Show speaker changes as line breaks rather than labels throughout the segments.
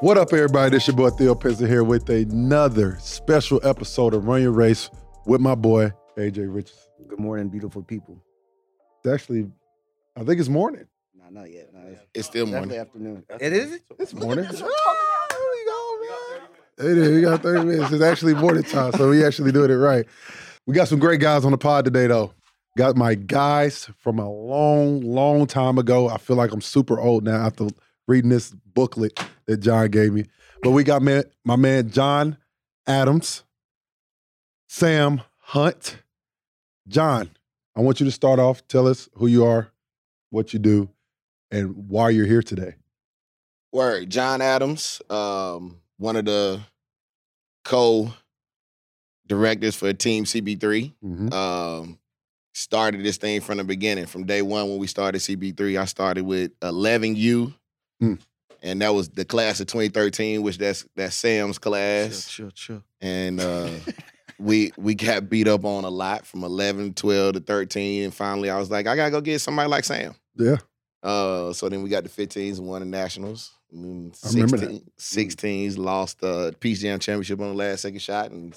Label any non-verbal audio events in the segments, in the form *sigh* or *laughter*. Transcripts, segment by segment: What up, everybody? This your boy Theo Pinson here with another special episode of Run Your Race with my boy AJ Richardson.
Good morning, beautiful people.
It's actually, I think it's morning.
No, not yet. No, it's
It's still
definitely
morning.
afternoon. It is?
It's morning. It is. We got 30 minutes. It's actually morning time, so we actually doing it right. We got some great guys on the pod today, though. Got my guys from a long, long time ago. I feel like I'm super old now after reading this booklet that John gave me. But we got man, my man John Adams, Sam Hunt. John, I want you to start off. Tell us who you are, what you do, and why you're here today.
Word. John Adams, um, one of the co directors for Team CB3.
Mm-hmm.
Um, started this thing from the beginning. From day one when we started CB3, I started with 11U.
Mm.
And that was the class of 2013, which that's that's Sam's class.
Chill, chill,
*laughs*
*laughs*
and uh, we we got beat up on a lot from 11 12 to 13 and finally i was like i gotta go get somebody like sam
Yeah.
uh, so then we got the 15s and won the nationals and then
I remember
16 16s lost uh, peace jam championship on the last second shot and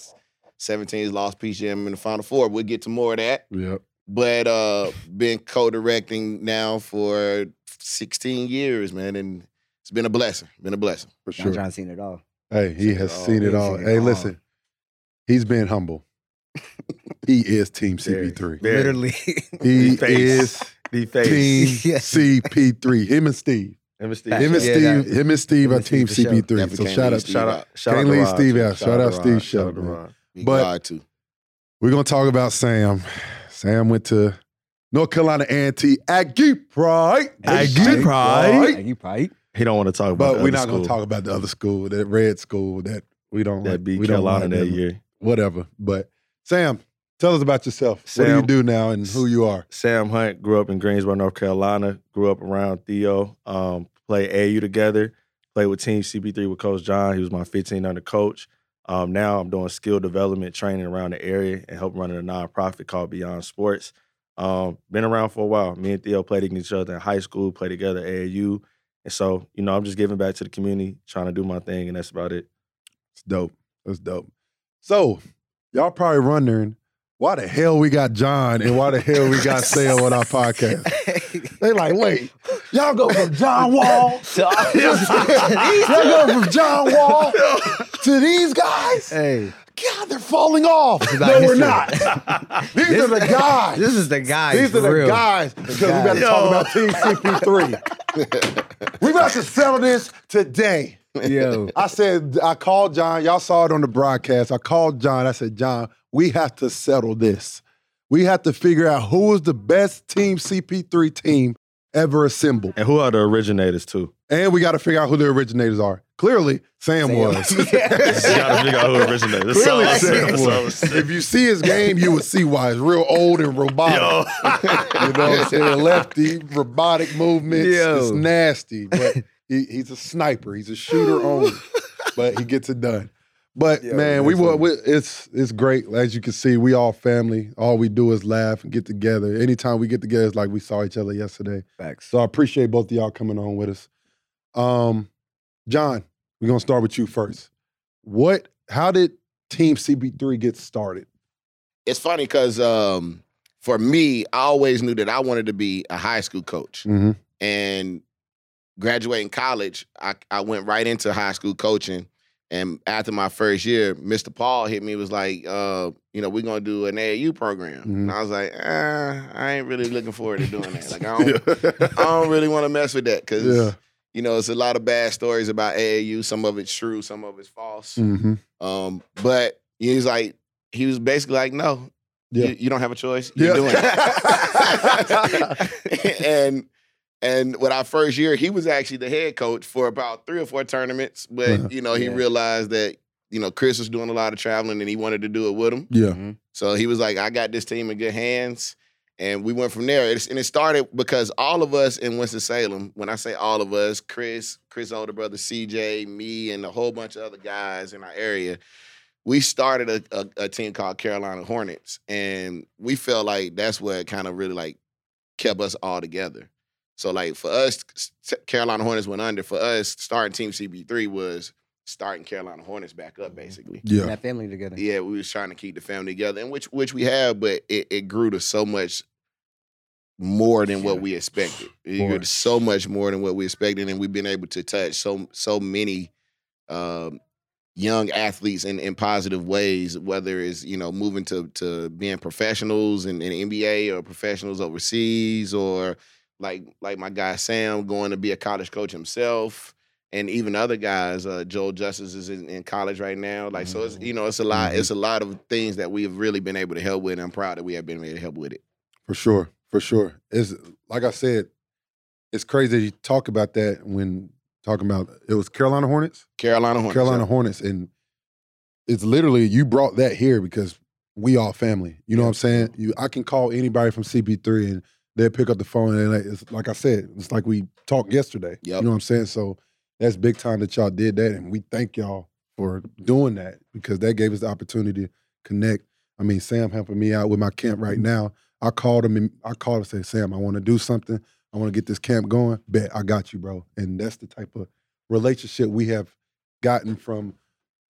17s lost peace jam in the final four we'll get to more of that
Yep.
but uh been co-directing now for 16 years man and it's been a blessing been a blessing
For
John
sure.
John seen it all.
Hey, he
Seen
has
it all.
seen it
He's
all.
Oh, seen it
Hey,
all.
listen, he's been humble. he is Team
Very,
CP3.
very-
*laughs*
Yeah.
Literally.
He
He
is
face. The
Team
face.
Yeah.
CP3. Him and Steve.
Him and Steve.
Yeah,
Him and Steve.
that-
him and Steve
him
are
and
Team
Steve for sure.
CP3.
Definitely
So
can't
shout
leave
out.
Steve
Shout out, shout out,
Can't
to
leave
Rod,
Steve
too.
out. Shout out
to
Steve
Rod,
Shelton,
to
man.
Rod.
Big
But-
God, too.
We're gonna talk about Sam. Sam went to North Carolina A&T Aggie Pride.
Aggie
Shit.
Pride.
you Pike.
He don't want to talk about.
But we're not gonna talk about the other school, that red school that we don't like.
that beat
we don't like
Carolina that
them.
year.
Whatever. But Sam, tell us about yourself. what do
Sam-
you do now and who you are?
Sam Hunt grew up in Greensboro, North Carolina. Grew up around Theo. Um, played AU together. Played with Team CP3 with Coach John. He was my 15 under coach. Um, now I'm doing skill development training around the area and help running a nonprofit called Beyond Sports. Um, been around for a while. Me and Theo played against each other in high school. Played together at AAU. And so, you know, I'm just giving back to the community, trying to do my thing, and that's about it.
It's dope. That's dope. So, y'all probably wondering why the hell we got John and why the hell we got Sam on our *laughs* podcast.
*laughs*
They like, wait, y'all go from *laughs* John Wall, y'all go from John Wall to these guys.
hey,
God, they're falling off.
not
No, we're
history.
not. *laughs* These are
*laughs*
the guys.
This is the guys.
These are
for
the
real.
guys because we about to talk about Team CP3. we about to settle this today.
*laughs* Yo.
I said, I called John. Y'all saw it on the broadcast. I called John. I said, John, we have to settle this. We have to figure out who is the best Team CP3 team ever assembled.
And who are the originators too?
And we got to figure out who the originators are. Clearly, Sam,
Sam.
was.
*laughs*
You gotta figure out who originated. That's
Clearly,
all I'm saying.
Sam
That's all I'm
was.
saying.
If you see his game, you would see why. It's real old and
*laughs*
robotic. *laughs* You know what I'm saying? Lefty, robotic movements.
Yo.
It's nasty. But he, he's a sniper. He's a shooter only. But he gets it done. But
Yeah,
man, we, wa-
absolutely.
we it's it's great. As you can see, we all family. All we do is laugh and get together. Anytime we get together, it's like we saw each other yesterday.
Facts. *laughs*
So I appreciate both of y'all coming on with us. Um, John, we're gonna start with you first. What? How did Team CB3 get started?
it's funny because um, for me, I always knew that I wanted to be a high school coach.
Mm-hmm.
And graduating college, I, I went right into high school coaching. And after my first year, Mr. Paul hit me and was like, uh, you know, we're gonna do an AAU program.
Mm-hmm.
And I was like, ah, I ain't really looking forward to doing that. Like
*laughs*
I don't, I don't really want to mess with that because
Yeah.
you know it's a lot of bad stories about AAU. Some of it's true, some of it's false.
Mm-hmm.
Um, but he was like, he was basically like, no,
Yeah.
you, you don't have a choice.
Yeah.
You're doing
*laughs*
it. *laughs* and and with our first year, he was actually the head coach for about three or four tournaments. But
Uh-huh.
you know, he
Yeah.
realized that you know Chris was doing a lot of traveling and he wanted to do it with him.
Yeah.
Mm-hmm.
So he was like, I got this team in good hands. And we went from there. It's, and it started because all of us in Winston-Salem, when I say all of us, Chris, Chris' older brother, CJ, me, and a whole bunch of other guys in our area, we started a, a, a team called Carolina Hornets. And we felt like that's what kind of really like kept us all together. So like for us, s- Carolina Hornets went under. For us, starting Team CB3 was starting Carolina Hornets back up basically.
And
Yeah.
that family together. *laughs*
Yeah, we was trying to keep the family together, and which which we have, but it, it grew to so much more than what
Yeah.
we expected. It
More.
grew to so much more than what we expected, and we've been able to touch so so many um, young athletes in, in positive ways, whether it's you know moving to to being professionals in, in NBA or professionals overseas, or like like my guy Sam going to be a college coach himself. And even other guys, uh, Joel Justice is in, in college right now. Like so,
Mm-hmm.
it's you know it's a lot. It's a lot of things that we have really been able to help with. And I'm proud that we have been able to help with it.
For sure, for sure. It's like I said, it's crazy that you talk about that when talking about it was Carolina Hornets,
Carolina Hornets.
Carolina Hornets, and it's literally you brought that here because we all family. You know what I'm saying? You, I can call anybody from CP3 and they'll pick up the phone and like, it's like I said, it's like we talked yesterday.
Yep.
You know what I'm saying? So that's big time that y'all did that, and we thank y'all for doing that because that gave us the opportunity to connect. I mean, Sam helping me out with my camp right now. I called him and I called and said, Sam, I want to do something. I want to get this camp going. Bet I got you, bro. And that's the type of relationship we have gotten from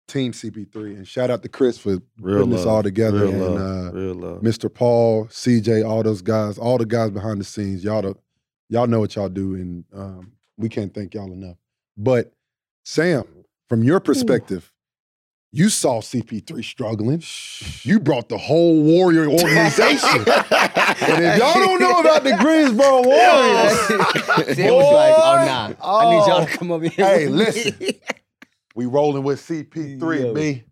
Team CP3. And shout out to Chris for
Real
putting this all together
Real
and,
love.
uh,
real love.
Mr. Paul, CJ, all those guys, all the guys behind the scenes, y'all, the, y'all know what y'all do, and um, we can't thank y'all enough. But Sam, from your
Hmm.
perspective, you saw CP3 struggling. You brought the whole
*laughs*
Warrior organization. and if y'all don't know about
*laughs*
the Greensboro Warriors,
Sam was like, oh
Boy.
nah. I need y'all to come over here.
Oh. Hey,
with me." *laughs*
listen. we rolling with CP3,
Yo.
B.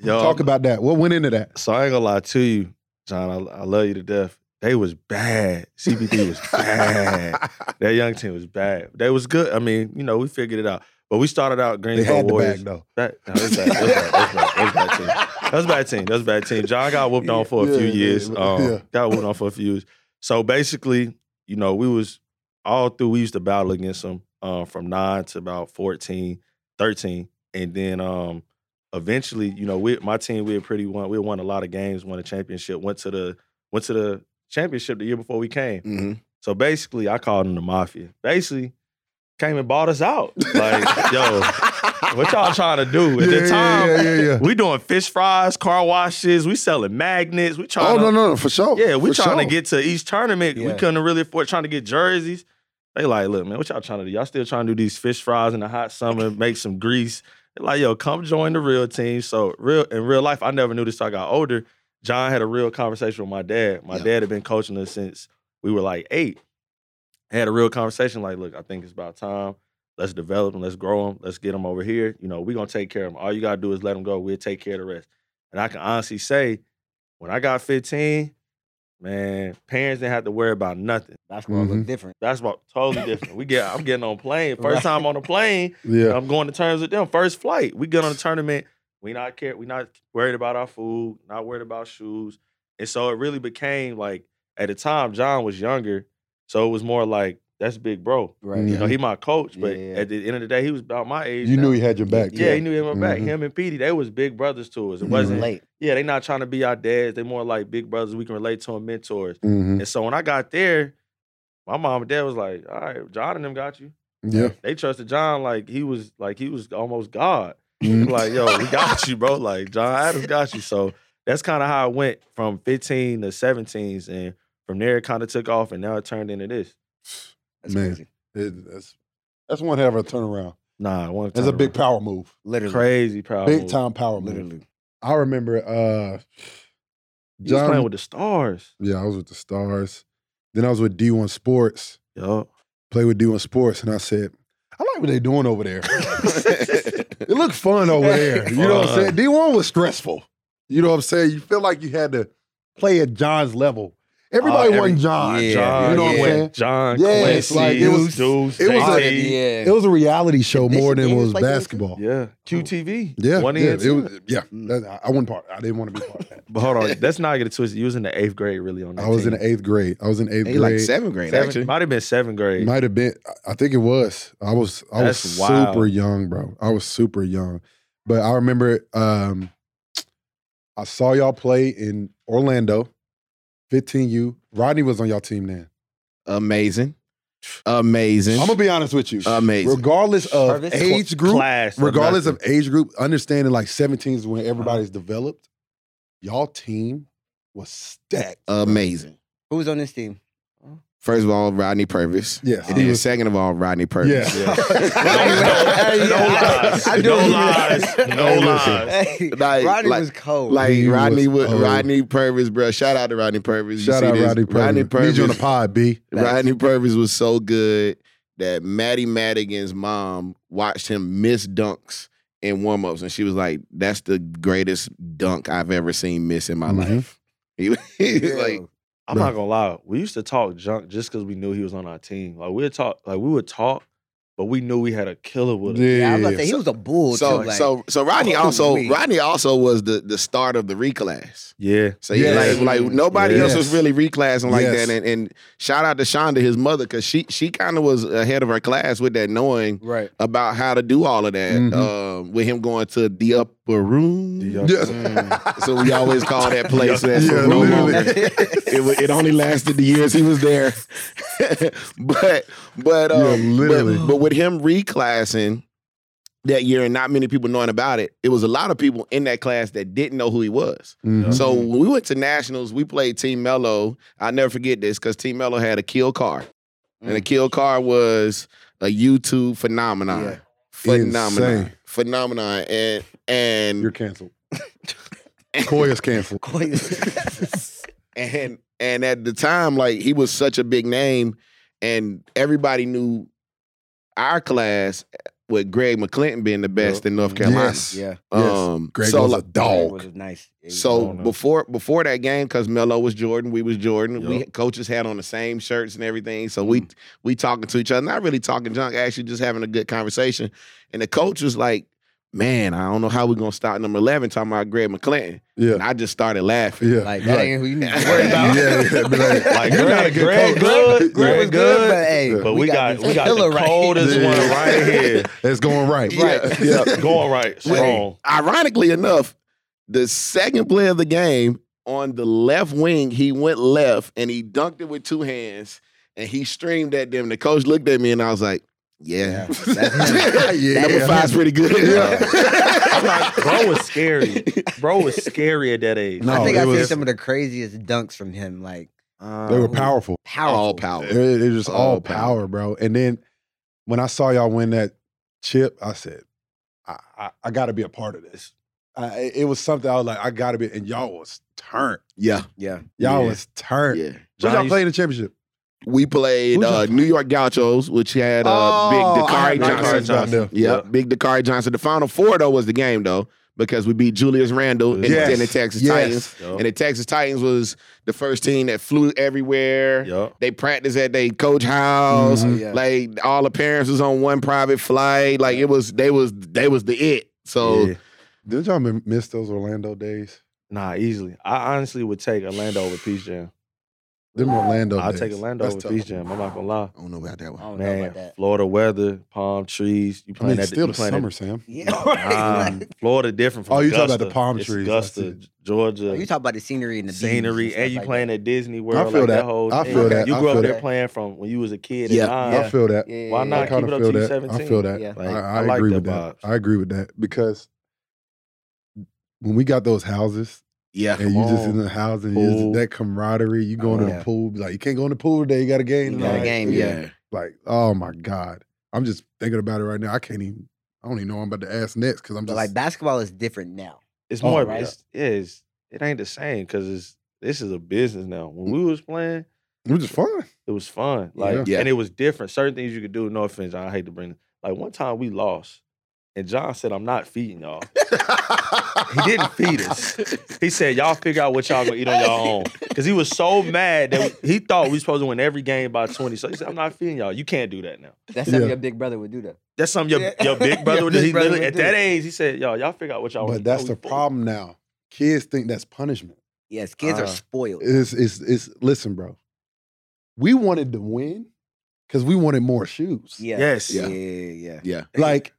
Yo,
Talk about that. What went into that?
So I ain't gonna lie to you, John. I, I love you to death. They was bad. CBD was bad.
*laughs*
that young team was bad. They was good. I mean, you know, we figured it out. But we started out
They
Greensboro
had the bag,
Warriors.
though.
That, no, that's bad. That's bad. That's bad. That's bad team. That's a bad team. That's a bad team. John got whooped on for a
Yeah,
few
yeah,
years.
yeah.
Um,
Yeah.
Got whooped on for a few years. So basically, you know, we was all through. We used to battle against them uh, from nine to about 14, 13. and then um, eventually, you know, we my team we had pretty won. We had won a lot of games, won a championship, went to the went to the championship the year before we came.
hmm *laughs*
*laughs*
So basically, I called them the mafia. Basically, came and bought us out.
*laughs*
Like, yo, what y'all trying to do at
yeah,
the time?
yeah, yeah, yeah, yeah.
We doing fish fries, car washes. We selling magnets. We trying.
Oh
to,
no, no, no, for sure.
Yeah, we
for
trying to
sure.
get to each tournament. We
Yeah.
couldn't really afford trying to get jerseys. They like, look, man, what y'all trying to do? Y'all still trying to do these fish fries in the hot summer, make some grease. They like, yo, come join the real team. So real in real life, I never knew this till I got older. John had a real conversation with my dad. My
Yeah.
dad had been coaching us since we were like eight. Had a real conversation, like, look, I think it's about time. Let's develop them. Let's grow them. Let's get them over here. You know, we're gonna take care of them. All you gotta do is let them go. We'll take care of the rest. And I can honestly say, when I got 15, man, parents didn't have to worry about nothing.
Basketball
Mhm.
look different.
That's about totally different. We get, I'm getting on plane. First
Right.
time on a plane,
Yeah,
I'm going to terms with them. First flight, we get on a tournament. We not care. We not worried about our food. Not worried about shoes. And so it really became like at the time John was younger, so it was more like that's big bro.
Right.
Mhm.
You know, he my coach, but
Yeah.
at the end of the day, he was about my age.
you
now.
knew he had your back.
yeah,
too.
he knew him mm back.
Mhm.
Him and Petey, they was big brothers to us. It
Mm-hmm.
Mhm.
wasn't
Late.
yeah, they not trying to be our dads. They more like big brothers. We can relate to them, mentors.
Mhm.
And so when I got there, my mom and dad was like, "All right, John and them got you."
Yeah,
They trusted John like he was like he was almost God.
Mhm.
Like, yo,
*laughs*
we got you, bro. Like John Adams got you. So that's kind of how it went from 15 to 17s, and from there it kind of took off, and now it turned into this.
That's
Man.
crazy.
It- that's that's one hell of a turnaround.
Nah, one
That's a big power move,
Literally.
crazy power,
big
move.
time power move.
Literally.
I remember uh,
He was
John.
playing with the stars.
yeah, I was with the Stars. Then I was with D1 Sports.
Yo,
Play with D1 Sports, and I said, I like what they doing over there.
Mm-hmm.
It looked fun
*laughs*
over there. You know what I'm saying?
Fun.
D1 was stressful. You know what I'm saying? You feel like you had to play at John's level. Everybody
Uh, every-
wasn't John.
Yeah,
John,
you know what I'm
yeah.
saying?
John,
Yeah, it's
Quincy,
like, it was-
Deuce,
it was
JT.
like-
yeah.
It was a reality show
Did
more
Bishop
than it was
Davis play for them too?
basketball.
Yeah, QTV.
Oh. Yeah,
one
yeah,
and
it
two.
was, yeah.
Mm.
That, I- I wouldn't part. I didn't want to be part of
*laughs*
that.
But hold on, let's not get it twisted. You was in the eighth grade, really? On that
I was in
team.
eighth grade. I was in eighth
*laughs* They
grade.
like seventh grade
Seven,
actually.
might have been seventh grade.
Might have been. I- I think it was. I was. I was
That's
super
wild.
young, bro. I was super young, but I remember. um I saw y'all play in Orlando, 15U. Rodney was on y'all team then.
Amazing. Amazing.
I'm gonna be honest with you.
Amazing.
Regardless of
Service?
age group,
Class.
regardless
nothing.
of age group, understanding like 17 is
Uh-huh.
when everybody's developed. Y'all team was stacked.
Amazing.
Who was on this
*laughs*
team?
First of all, Rodney Purvis.
Yes,
And
he
then
was.
second of all, Rodney Purvis.
Yeah.
*laughs*
No lies.
I do
No
*laughs*
agree. *laughs*
lies. No
Hey,
lies.
Hey,
Like-
Rodney
like-
was cold.
Like
He
Rodney,
was
was,
old.
Rodney Purvis, bro. Shout out to Rodney Purvis. You
Shout
see
out
this?
Rodney Purvis.
Rodney Purvis.
Need you on the pod, B.
*laughs* Rodney Purvis was so good that Maddie Madigan's mom watched him miss dunks in warm ups, and she was like, "That's the greatest dunk I've ever seen miss in my
Mhm.
life." *laughs* He, was- he was
Yo,
like,
I'm not gonna lie. We used to talk junk just because we knew he was on our team. Like we would talk, like we would talk, but we knew we had a killer with us.
yeah, I was about to say he was a bull
so,
too. Like,
so, so Rodney also
Ooh-wee.
Rodney also was the the start of the reclass.
Yeah.
So yeah,
Yes.
like, like nobody
Yes.
else was really reclassing like
Yes.
that. And, and shout out to Shonda, his mother, because she she kind of was ahead of her class with that, knowing
right.
about how to do all of that.
Mhm.
Um, with him going to the upper room. *laughs*
The upper-
Yes.
Mm.
So we always call that place that
Yeah,
for no
literally.
longer.
*laughs*
It, wa- it only lasted the years he was there. *laughs* but but
Yeah,
um,
literally.
but, but with him reclassing that year and not many people knowing about it, it was a lot of people in that class that didn't know who he was.
Mhm.
So when we went to nationals, we played Team Mello. I never forget this because Team Mello had a kill car, and a
Mm.
kill car was a YouTube phenomenon,
Yeah.
phenomenon,
Insane.
phenomenon, and and
You're
*laughs*
canceled. Koi is canceled.
and and at the time, like he was such a big name, and everybody knew our class with Greg McClinton being the best in North Carolina.
Yes.
*laughs* yeah.
Um,
Greg
so
was
like,
a dog.
It was nice. It was
So
on now.
before before that game, because Melo was Jordan, we was Jordan. We
Yup.
coaches had on the same shirts and everything. So we we talking to each other, not really talking junk, actually just having a good conversation. And the coach was like, "Man, I don't know how we gonna stop number eleven talking about Greg McClinton." And
Yeah.
I just started laughing.
Yeah.
like that
Right.
ain't who you need
*laughs*
to worry about.
Yeah, yeah, be like,
Like,
You're not a
Greg,
good coach.
Greg, good.
Greg
Greg
was
good.
good, but hey,
Yeah.
But we got
this
we got
killer
the
right
coldest
here.
Yeah.
one right here.
It's going right.
*laughs*
Right.
Yeah.
Going right. Strong.
Ironically enough, the second play of the game on the left wing, he went left and he dunked it with two hands and he streamed at them. The coach looked at me and I was like,
*laughs*
"Yeah."
Yeah. *laughs* yeah.
Number five's pretty good.
*laughs* I'm like, bro was scary. Bro was scary at that age.
No.
I think
it
I seen
was-
some of the craziest dunks from him. Like um,
They were powerful.
powerful.
All power.
It, it was just all
All
power, bro. And then when I saw y'all win that chip, I said, I, I, I got to be a part of this. I, it- it was something I was like, I got to be. And y'all was turned.
Yeah,
Yeah.
Y'all
Yeah.
was turned.
yeah.
Who y'all
Johnny's-
played in the championship?
We played
Who's
uh,
that?
New York Gauchos, which had uh, Big
Oh, I
Dakari
had no
Johnson.
idea.
Yeah, Big Dakari Johnson. The Final Four though was the game though because we beat Julius Randle and,
Yes.
and the Texas
Yes.
Titans. And the Texas Titans was the first team that flew everywhere.
Yup.
They practiced at their coach house.
Mhm.
Oh, Yeah.
Like all the parents was on one private flight. Like it was they was they was the it. So
Yeah.
Did y'all m- miss those Orlando days?
Nah, easily. I honestly would take Orlando over Peace Jam.
Them Orlando
I'll
days.
take Orlando
That's
over
tough.
Peace Jam. I'm not gonna lie.
I don't know about that one.
I don't know about
Man,
that. *laughs*
Florida weather, palm trees. You
I
playing
mean,
that
it's still
you
the
playing
summer, Sam.
Yeah.
That, *laughs*
Right.
um, Florida different from
Oh, you talking
Augusta.
about the palm
It's
trees. I see.
Augusta, Georgia.
Oh, you talk about the scenery and the
scenery, and you playing at Disney World.
feel
like
that.
whole
I
thing.
feel that.
You
I
grew
feel
up there
that.
playing from when you was a kid.
Yeah.
At nine.
I feel that.
Yeah,
Why
yeah,
not
I
yeah.
keep
kind
it
of
up
feel
till you
that. I
17?
feel that.
Yeah.
Like,
I, I,
I like
agree
the
with that.
vibes.
I agree with that because when we got those houses
Yeah.
and you just in
on.
the house and you
Pool.
just, that camaraderie, you going to
Yeah.
the pool, be like you can't go in the pool today, you got a game.
You got a
tonight.
game, yeah.
Like, oh my God. I'm just thinking about it right now. I can't even, I don't even know what I'm about to ask next because I'm
But
just
like basketball is different now.
It's
Oh,
more.
right.
It's, yeah, it's, it ain't the same because it's this is a business now. When we was playing,
it was just fun.
it was fun. Like,
Yeah.
and it was different. Certain things you could do. No offense, John, I hate to bring. it. Like one time we lost, and John said, "I'm not feeding y'all." He
*laughs*
didn't feed us. He said, "Y'all figure out what y'all gonna eat on y'all own." Because he was so mad that we- he thought we was supposed to win every game by 20. So he said, "I'm not feeding y'all. You can't do that now."
That's something
Yeah.
your big brother would do though.
That's something your,
Yeah.
your big
*laughs*
brother
Your
would do.
big
He
brother
literally,
would
at
do
that
it.
age, he said, "Yo, y'all figure out what y'all."
But
want."
that's
Oh,
the
we fool.
problem now. Kids think that's punishment.
Yes, kids
Ah.
are spoiled.
It's it's it's listen, bro. We wanted to win because we wanted more shoes.
Yeah.
Yes.
Yeah.
Yeah.
Yeah. yeah.
Yeah.
Like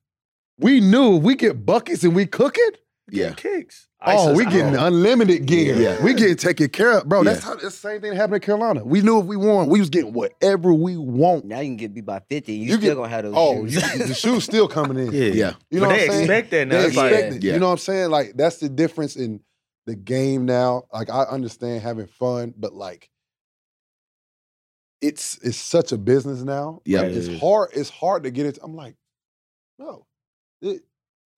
we knew if we get buckets and we cook it,
Yeah.
kicks.
Oh,
Ice
we
is
getting
out.
unlimited gear.
Yeah.
We getting taken care of. Bro, that's
Yeah.
how that's the same thing that happened in Carolina. We knew if we won, we was getting whatever we want.
Now you can get beat by 50. You,
You
still
get-
gonna have those
Oh, you,
shoes. *laughs*
the shoe's still coming in.
*laughs* Yeah,
Yeah.
You know
but
what
they
I'm saying?
expect that now.
They
It's like,
expect it.
Yeah.
You know what I'm saying? Like that's the difference in the game now. Like I understand having fun, but like it's it's such a business now.
Yeah.
Like, it's
Yeah.
hard. It's hard to get it. I'm like, no. It-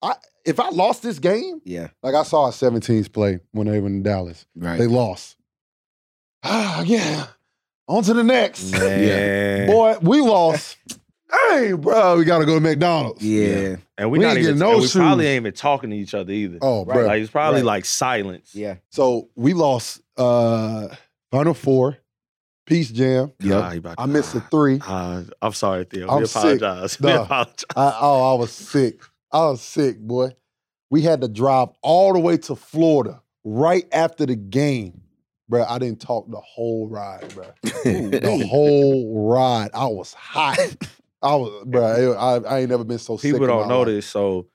I if I lost this game,
yeah.
like I saw a 17s play when they were in Dallas. They
Right.
lost. Ah, yeah. On to the next.
man.
Boy, we lost. hey, bro, we gotta go to McDonald's.
Yeah.
Yeah.
and we,
we
not
ain't
even,
getting no
and we
shoes.
probably ain't even talking to each other either.
Oh,
Right.
bro.
Like it's probably
Right.
like silence.
Yeah.
So we lost uh Final Four, Peace Jam.
God, he about to-
I missed a three.
Uh, I'm sorry, Theo.
I'm
we
sick.
apologize. *laughs* We
Nah.
apologize.
I, oh, I was sick. I was sick, boy. We had to drive all the way to Florida right after the game. Bro, I didn't talk the whole ride,
*laughs*
bro.
*laughs*
The whole ride. I was hot. I was, bro. I, I ain't never been so sick.
People
in
don't
my
know
life.
this. So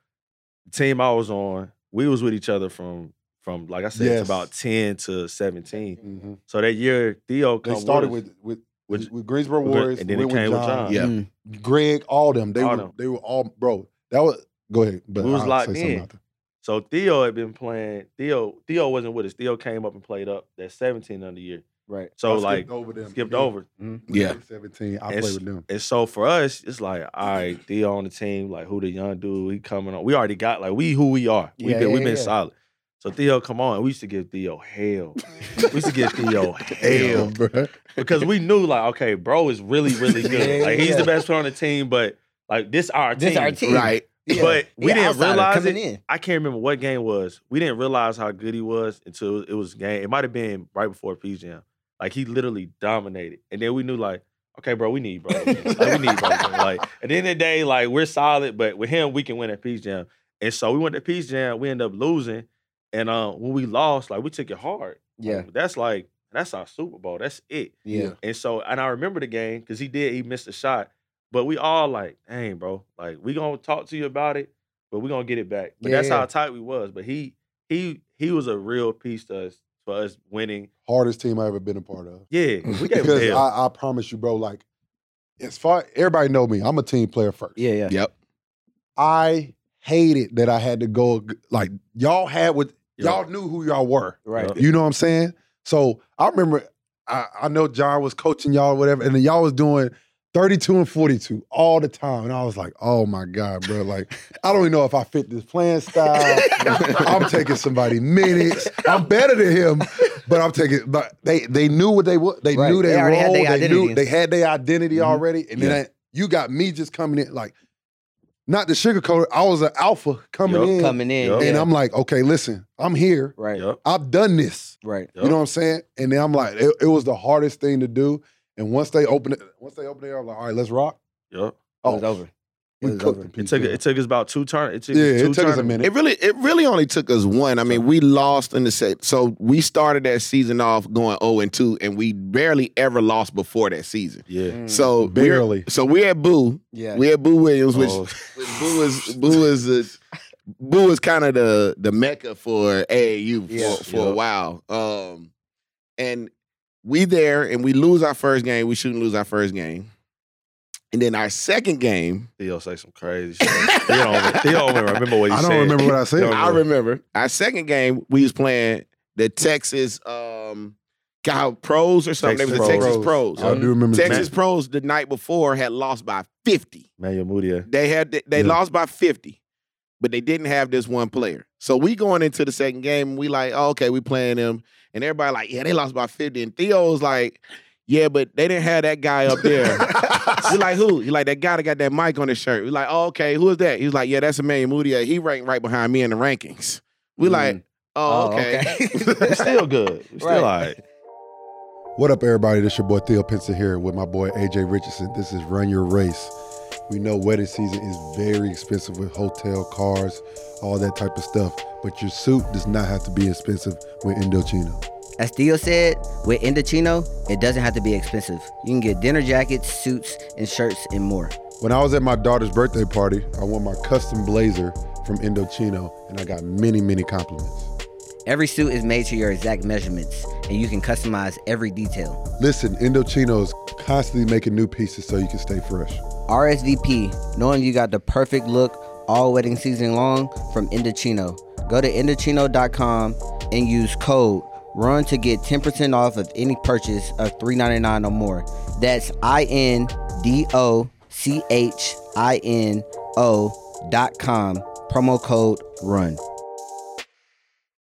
the team I was on, we was with each other from from like I said,
Yes.
it's about 10 to 17.
Mhm.
So that year, Theo
They
come
started
with, us.
with with
With-
with, Greensboro
with-
Warriors,
and then
went
it came with John.
Yeah.
Mm.
Greg, all them. They
All
were
them.
they were all bro. That was go ahead. But
We was
I'll
locked
say something
in.
after.
So Theo had been playing. Theo Theo wasn't with us. Theo came up and played up that 17 under year.
Right.
So
I
like
skipped over them. hmm?
skipped
Yeah.
over.
Yeah.
seventeen. I
It's-
play with them.
And so for us, it's like, all right, Theo on the team, like who the young dude, he coming on. We already got like we who we are. We've
Yeah,
been
yeah,
we've been
yeah.
solid. So Theo come on. We used to give Theo hell. we used to give
*laughs*
Theo
*laughs*
hell.
bro.
Because we knew like, okay, bro is really,
*laughs*
really
Yeah,
good.
yeah,
Like he's the
yeah.
best player on the team, but like this our
This
team.
our team.
Right.
Yeah.
But we
Yeah,
didn't
outsider
realize it.
coming in.
I can't remember what game it was. We didn't realize how good he was until it was game. It might have been right before P Jam. Like he literally dominated, and then we knew like, okay, bro, we need bro, again. like, we need bro. again. Like at the end of the day, like we're solid, but with him we can win at P Jam. And so we went to P Jam. We ended up losing, and uh, when we lost, like we took it hard.
Yeah.
Like, that's like that's our Super Bowl. That's it.
Yeah.
And so, and I remember the game because he did, he missed a shot. But we all like, dang, bro, like we gonna talk to you about it, but we gonna get it back. But that's
Yeah.
how tight we was. But he he he was a real piece to us for us winning.
Hardest team I ever been a part of.
Yeah,
*laughs*
we gave him
Because
hell.
I, I promise you, bro. Like as far everybody know me, I'm a team player first.
Yeah. Yeah.
Yep.
I hated that I had to go. ag- Like y'all had with y'all knew who y'all were.
Right. *laughs*
Yeah.
You know what I'm saying? So I remember I, I know John was coaching y'all or whatever, and then y'all was doing 32 and 42 all the time. And I was like, oh my God, bro. Like, I don't even know if I fit this playing style.
Uh,
*laughs* I'm taking somebody minutes. I'm better than him, but I'm taking but they they knew what they were. They
Right.
knew
They
they,
already had
role.
their
They knew
identity.
they had their identity
Mhm.
already. And
Yeah.
then I- you got me just coming in like not the sugarcoat. I was an alpha coming
Yup.
in.
Coming in.
Yup.
and
yeah.
I'm like, okay, listen, I'm here.
right.
Yup,
I've done this.
Right.
yup.
You know what I'm saying? And then I'm like, it, it was the hardest thing to do. And once they open it, once they open it, I'm like, all right, let's rock.
yup.
It was over. It
we
was
cooked
over.
the
It took
PGA.
it took us about two turn. It took
yeah,
us two
it took us a
turn-
minute.
It really, it really only took us one. I mean, we lost in the set. So we started that season off going 0 and 2, and we barely ever lost before that season.
Yeah.
Mm.
So we're-
Barely.
So we're at Boo.
Yeah.
We're at Boo Williams,
*laughs*
which
Oh,
which Boo is Boo is the Boo is kind of the the mecca for AAU for,
Yeah.
for a
Yup.
while. Um, and we there and we lose our first game. We shouldn't lose our first game. And then our second
*laughs*
game,
Theo say some crazy shit. Theo don't, Theo
*laughs*
don't even remember what
*laughs*
he
I
said.
don't remember what I said.
Don't
I remember our second game we was playing the Texas um God, pros or something. They was the
Texas
Texas Pros.
I do remember
Texas
that.
Pros the night before had lost by fifty.
*laughs* Man,
*laughs*
your moody.
They had they
Yeah.
lost by 50, but they didn't have this one player. So we going into the second game, and we like, oh, okay, we playing them. And everybody like, yeah, they lost by 50. And Theo was like, yeah, but they didn't have that guy up there. *laughs*
*laughs*
we like, who? He like, that guy that got that mic on his shirt. We like, oh, okay, who is that? He was like, yeah, that's Emmanuel Moody. He ranked right behind me in the rankings. We like, Hmm. oh, okay.
*laughs*
*laughs*
We still good. We still
Right.
all right.
*laughs* What up, everybody? This your boy Theo Pinson here with my boy AJ Richardson. This is Run Your Race. We know wedding season is very expensive with hotel, cars, all that type of stuff. But your suit does not have to be expensive with Indochino.
As Theo said, with Indochino, it doesn't have to be expensive. You can get dinner jackets, suits, and shirts, and more.
When I was at my daughter's birthday party, I won my custom blazer from Indochino, and I got many, many compliments.
Every suit is made to your exact measurements, and you can customize every detail.
Listen, Indochino is constantly making new pieces so you can stay fresh.
RSVP, knowing you got the perfect look all wedding season long from Indochino. Go to Indochino.com and use code RUN to get 10% off of any purchase of $3.99 or more. That's I N D O C H I N O.com, promo code RUN.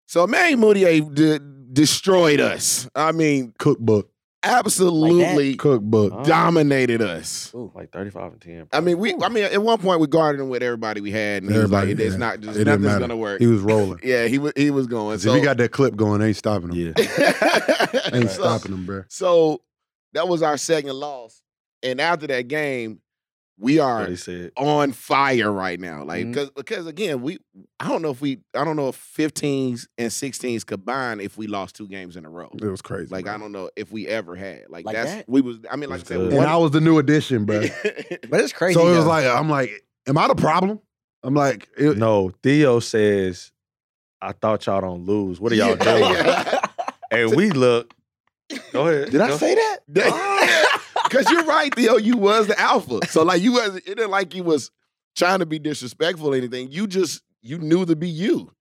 So Manny Moody d- destroyed us. I mean,
Cookbook,
absolutely
cookbook.
Oh.
dominated us.
Like 35 and 10.
I mean, we. I mean, at one point we guarded him with everybody we had, and
Everybody,
he was like, "It's
yeah.
not. Just,
It didn't
nothing's
matter.
gonna work."
He was
*laughs*
rolling.
yeah, he wa- he was going. So
if he got that clip going, ain't stopping him. *laughs*
yeah.
Ain't
*laughs*
so, *laughs*
stopping him, bro.
So that was our second loss, and after that game, we
What
are
he said.
on fire right now. Like
Mm-hmm.
Mhm.
because because again, we I don't know if we I don't know if 15s and 16s combined if we lost two games in a row.
It was crazy.
Like
bro.
I don't know if we ever had. Like,
Like
that's
that?
we was I mean like I
That's
said,
good.
And I was the new addition, bro.
*laughs* But it's crazy.
so it was
though.
like, I'm like, am I the problem? I'm like, *laughs* it,
No, Theo says, I thought y'all don't
*laughs*
lose. What are y'all *laughs*
Yeah,
doing?
yeah.
And we look. Go ahead.
did I
Go-
say
*laughs*
that?
Cause you're right, Theo. You was the alpha. So like you was it ain't like you was trying to be disrespectful or anything. You just you knew to be you,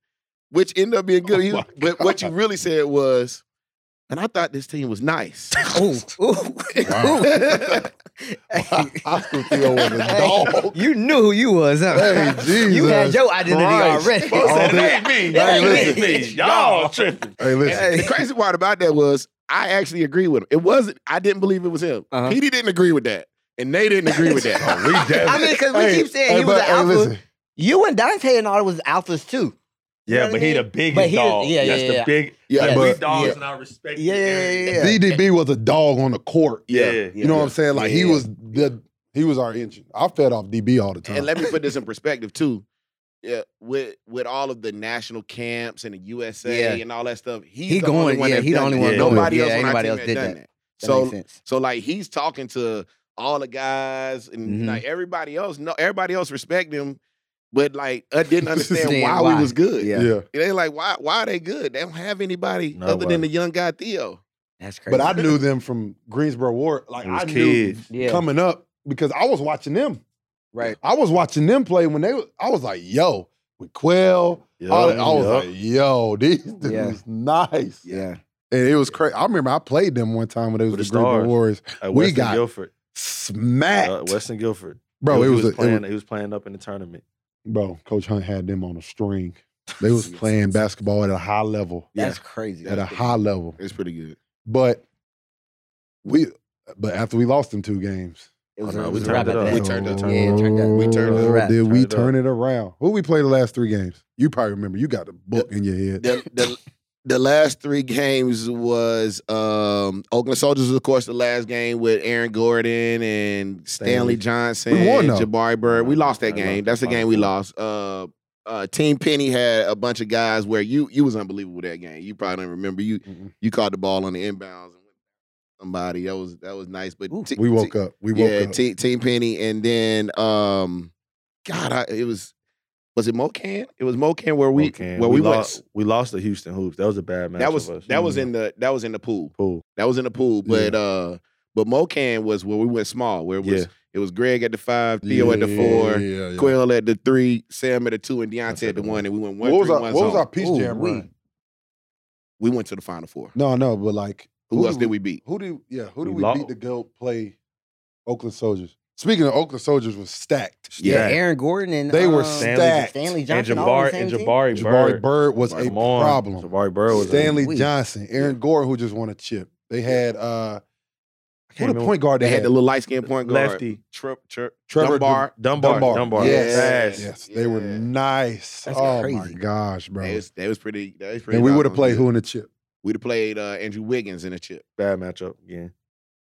which ended up being good.
Oh
You-
my
but what you really said was, and I thought this team was nice.
Ooh, ooh,
Wow. *laughs*
ooh.
Oscar Theo was
*laughs*
a
Hey,
dog.
You knew who you was, huh?
Hey,
You had
Jesus
your identity
Christ.
already.
Bro said, "It
ain't me.
It ain't me."
Y'all tripping. *laughs*
Hey, listen.
And the crazy part about that was I actually agree with him. It wasn't. I didn't believe it was him.
Uh-huh.
Petey didn't agree with that, and they didn't agree with that.
Oh, *laughs* we dead.
I mean, because we keep saying he was
but-
an alpha.
listen,
You and Dante and all was alphas too. You know
Yeah,
what
but
I
he the
mean?
biggest
But he the-
dog.
yeah, yeah,
That's the
yeah.
big.
Yeah,
like,
but-
we dogs
yeah.
and I respect.
Yeah, yeah, yeah, yeah.
DDB was a dog on the court.
Yeah.
You know what I'm saying? Like he
Yeah.
was the he was our engine. I fed off DB all the time.
And
Uh-huh.
let me put this in perspective too. Yeah, with with all of the national camps and the USA
Yeah.
and all that stuff, he's
He
the
going-
only one.
yeah,
that
he the
done
only
that.
one doing it.
Nobody
Yeah,
else on our
anybody
team
else
had
did
done
that.
that.
That
So
makes sense.
so like he's talking to all the guys and
Mhm.
like everybody else. No, everybody else respect him, but like
*laughs*
I didn't understand
Understand
why,
why.
we was good.
Yeah.
yeah.
And they like, why why are they good? They don't have anybody other
Nobody.
than the young guy Theo.
That's crazy.
But I knew them from Greensboro War. Like
It was
I
kids.
knew
Yeah.
coming up because I was watching them.
right.
I was watching them play when they. was- I was like, yo, with Quell.
Yeah,
all that- I was
yeah.
like, yo, these *laughs* dudes
Yeah.
nice.
Yeah.
And it was crazy. I remember I played them one time when it was
With
the,
the
Greensboro
stars.
Warriors.
At
we
Weston
got-
Guilford.
Smacked,
Uh, Weston Guilford.
bro.
He
It was, a, it was
playing. he was playing up in the tournament.
Bro, Coach Hunt had them on a string. They was playing basketball at a high level.
That's crazy.
At a high level.
It's pretty good.
But we but after we lost them two games.
It was,
Oh,
a-
no,
it
we
was a
turned
wrap
it
at
up.
that.
We
turned it up.
Yeah, it turned up.
We turned it
up.
Oh, Did we
Turned it
turn it around? Who we played the last three games? You probably remember. You got the book in your head.
The, the, the last three games was um, Oakland Soldiers, was, of course, the last game with Aaron Gordon and Stanley
Stanley.
Johnson,
We won, though.
Jabari Bird. We lost
I
that
lost
game.
the
That's the
final
game we
four.
lost. Uh, uh, Team Penny had a bunch of guys where you you was unbelievable that game. You probably don't remember. You
Mm-mm.
you caught the ball on the inbounds and went somebody. That was that was nice. But
Ooh.
T-
We
T-
woke up. We woke
yeah,
up.
Team, Team Penny, and then um, God, I, it was was it Mocan? It was Mocan where we
Okay,
where we, went.
lost. We lost to Houston Hoops. That was a bad match.
That was that was in the that was in the pool.
Mm-hmm. pool.
That was in the pool. But uh, but Mocan was where we went small. Where it was
Yeah.
it was Greg at the five, Theo at the four,
Yeah, yeah, yeah.
Quill at the three, Sam at the two, and Deontay
That's
at the
the
one.
one.
And we went one.
What was
three,
our
one
what was
zone.
our peace
Ooh,
jam
we-
run?
We went to the final four.
No, no, but like
Who, else did we beat?
Who do yeah, who do
We
we,
lost.
beat to go play Oakland Soldiers? Speaking of Oakland Soldiers was stacked.
Yeah,
Yeah.
Aaron Gordon and
They were
um,
stacked.
Stanley
And
Johnson. all on the
Jabari
same
and
team?
Jabari,
Jabari
Bird.
Bird was a
Come on.
problem.
Jabari Bird was
Stanley
Wee.
Johnson, Aaron Gordon, who just won a chip. They had uh who
Came
the
in
point guard
They
they
had the little light skinned point guard.
lefty.
Trip, trip,
Trevor
Dunbar.
Dunbar.
Dunbar.
Dunbar.
Yes.
Yes.
Yes, they were
Yeah.
nice.
That's
oh my
crazy.
gosh, bro.
They was, they was pretty. They was pretty
and we
loud
would have
on
played
the-
who in the chip.
We'd have played uh, Andrew Wiggins in a chip.
Bad matchup again.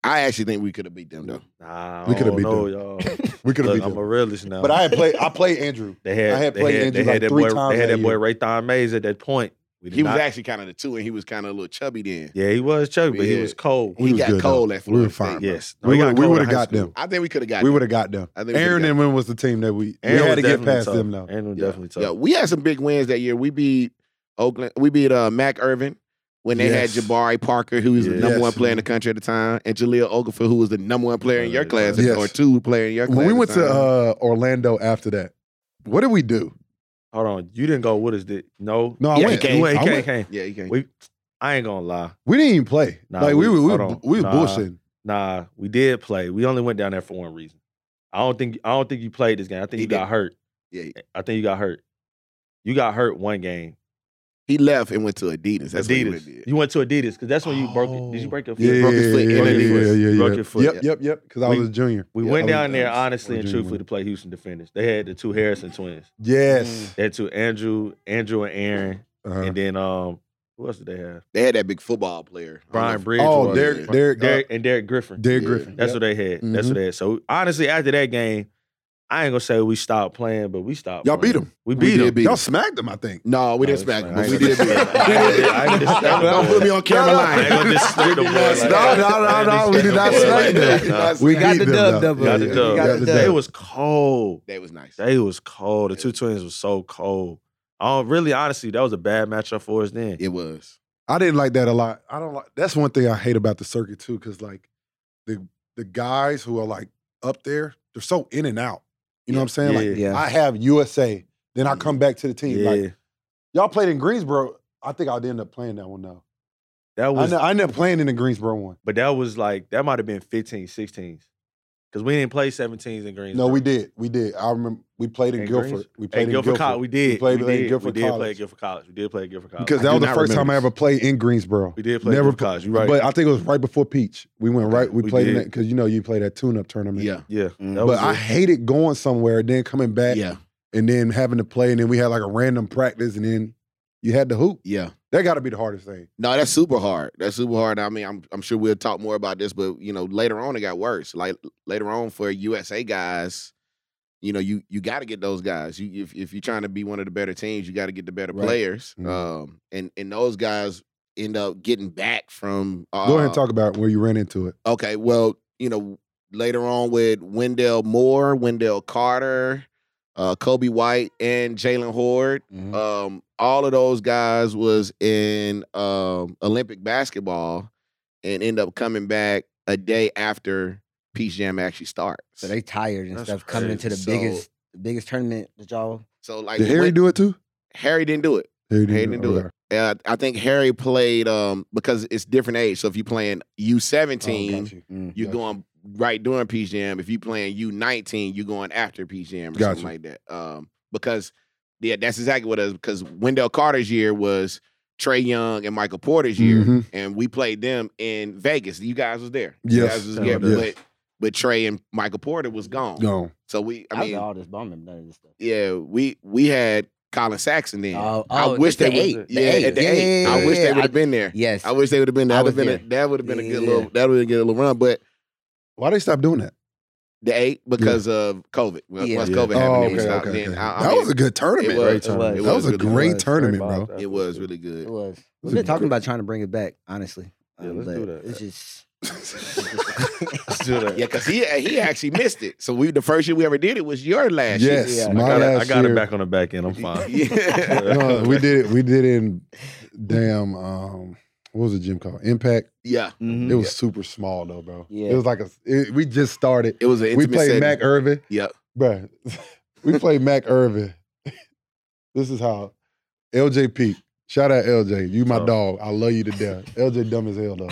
I actually think we could have beat them though.
Nah,
We coulda
we could have
beat
beat know, y'all.
*laughs* We could have
Look,
beat
I'm a
them.
realist now.
But I had played I played Andrew.
They had,
I had
*laughs* they
played
had,
Andrew
they
like
had that
three
boy,
times
They had
that
that boy
year.
Raython Mays at that point. We did
He was
not-
actually kind of the two, and he was kind of a little chubby then.
yeah, he was chubby, but he
Yeah.
was cold.
We
he
was
got
good,
cold
though.
at
We were
Florida
fine,
State.
bro.
Yes,
We
got
would- we
cold in
would've
high
got
school.
them.
I think we could have got.
We
him.
would have got them.
I think we could've
Aaron
got
and Win was the team that we, we
Aaron
had
was
to get
definitely
past
tough.
them though.
Aaron was
Yeah.
definitely tough.
Yeah, we had some big wins that year. We beat Oakland. We beat uh, Mac Irvin when they
Yes.
had Jabari Parker, who was the
Yes.
number one
Yes.
player in the country at the time, and Jaleel Okafor, who was the number one player in your class
Yes.
or two player in your class.
When we
at
went
the
to
time.
uh, Orlando after that, what did we do?
Hold on, you didn't go with us, did? No,
No, I
Yeah,
went.
he came.
You went-
I
he
went.
came, came.
yeah, you can.
We, I ain't gonna lie.
We didn't even play.
Nah,
like we
we-
we we, was-
hold on.
we was
Nah.
bullshitting.
Nah, we did play. We only went down there for one reason. I don't think I don't think you played this game. I think
He
you got
didn't.
hurt.
Yeah.
I think you got hurt. You got hurt one game.
He left and went to Adidas. That's what he
Adidas.
went to.
you went to Adidas because that's when you broke. It. Did you
Oh.
break your
Yeah,
foot?
broke his foot,
yeah,
and
yeah,
then he
yeah,
was-
yeah, yeah.
broke your foot. Mm.
Yep, yep, yep. Because I
We-
was a junior.
We
Yeah,
went
I was-
down there
I was-
honestly
I was
and
a
truthfully to
junior.
play Houston Defenders. They had the two Harrison twins.
Yes.
They had two Andrew, Andrew and Aaron,
Uh-huh. Uh,
and then um, who else did they have?
They had that big football player. I don't
Brian
know if-
Bridgewater.
Oh, Derek, Derek,
Derek
Derek,
and Derek Griffin.
Derek
Yeah.
Griffin.
That's
Yep.
what they had. That's
Mm-hmm.
what they had. So honestly, after that game, I ain't gonna say we stopped playing, but we stopped.
Y'all
playing.
beat him.
We
We
beat
did
him.
beat
Y'all
him.
smacked them, I think.
No, we didn't
Oh,
smack him,
man,
but
I
we
ain't
did
gonna-
beat him.
I ain't gonna smack him.
Don't put me on camera
I ain't gonna
line.
just slip the boy
No,
like
*laughs* no,
that.
no, no,
I
no.
ain't
We
just
did not
slip the boy
smack
like
them.
that. Nah.
We
We got
beat
the
them, though.
dub, double.
Got the
Yeah, *laughs*
dub.
we got the
They
dub.
was cold.
That was nice.
They was cold. The two twins was so cold. I don't really, honestly, that was a bad matchup for us then.
It was.
I didn't like that a lot. I don't like. That's one thing I hate about the circuit too, because like the the guys who are like up there, they're so in and out. You know what I'm saying? Like
Yeah.
I have USA, then I
Mhm.
come back to the team.
Mm. yeah.
Like y'all played in Greensboro. I think I did end up playing that one though.
that
I,
was,
know, I ended up playing in the Greensboro one.
but that was like that might have been 15, 16s, because we didn't play 17s in Greensboro.
No, we did. We did. I remember we played in
And
Guilford.
Greens-
We played
At
in
Guilford,
Guilford,
College, we did.
played
we
at
did.
Guilford
we did play
College.
at Guilford College. We did play at Guilford College.
because
I
that
do
was the
not
first time
remember
I ever played in Greensboro.
we did play
never
at Guilford
pl-
College. You right?
But I think it was right before Peach. We went
Okay,
right. We,
we
played in
did.
that because you know you play that tune up tournament.
Yeah.
yeah,
Mm.
that was
But I
it.
hated going somewhere and then coming back
Yeah.
and then having to play and then we had like a random practice and then you had to hoop.
Yeah.
That got to be the hardest thing.
No, that's super hard. That's super hard. I mean, I'm I'm sure we'll talk more about this, but you know, later on it got worse. Like later on for USA guys, you know, you you got to get those guys. You if if you're trying to be one of the better teams, you got to get the better
Right.
players.
Mhm.
Um, and and those guys end up getting back from. Uh,
Go ahead and talk about where you ran into it.
Okay, well, you know, later on with Wendell Moore, Wendell Carter, uh, Kobe White, and Jalen Horde. Um, all of those guys was in um, Olympic basketball and end up coming back a day after Peace Jam actually starts.
So they tired and
That's
stuff coming into the
crazy.
biggest biggest tournament that y'all
So, like
Did Harry
when-
do it too?
Harry didn't do it.
Harry
Harry didn't do it.
Okay.
Uh, I think Harry played um, because it's different age. So if you're playing U17,
Oh, got you.
mm.
you're
Gotcha.
going right during Peace Jam. If you playing U19, you're going after Peace Jam or
Gotcha.
something like that. Um, because yeah, that's exactly what it is. Because Wendell Carter's year was Trey Young and Michael Porter's year,
Mhm.
and we played them in Vegas. You guys was there. You
Yes.
guys was
Yeah,
there,
yes.
but but Trey and Michael Porter was gone.
Gone.
So we, I
I was
mean,
all this but I don't remember none of this stuff.
yeah, we we had Colin Saxon then.
Oh,
I
oh,
wish
it's the
they would.
eight, the
Yeah,
eight.
at the
Yeah,
eight.
yeah,
I
yeah,
wish
yeah.
they would have been there.
Yes.
I wish they would have been there.
I
That would have
was
been a, that would have been a good
Yeah.
little that would have been a good little run, but.
Why they stop doing that?
The eight because of COVID. Well,
Yeah.
Once
Yeah.
COVID happened,
Oh,
they
okay,
stopped.
okay.
Then
okay.
I, I
that
mean,
was a good tournament.
it was-
Great tournament.
it
that was,
was
a
really
great
good.
tournament,
Great
bro.
ball.
It was
*laughs*
really good.
It was.
was
We've
a
been talking
great-
about trying to bring it back, honestly.
Yeah, let's
but
do that.
It's just
*laughs*
Let's do that.
Yeah, because he he actually missed it. So we the first year we ever did it was your *laughs* last year.
yes,
Yeah.
I
my
got, it, I
last
got
year- *laughs*
it back on the back end. I'm fine.
*laughs* Yeah.
no, we did it. We did it in damn. Um, what was the gym called? Impact.
*laughs* Mm, yeah.
Mhm.
Mm-hmm.
It was super small though, bro.
Yeah.
It was like a. It, we just started.
It was an
we
intimate
played
setting.
Mac Irvin,
Yeah.
bro. *laughs* we played Mac Irvin. *laughs* this is how LJ Peak. Shout out LJ. You my
Oh.
dog. I love you to death. LJ dumb as hell though.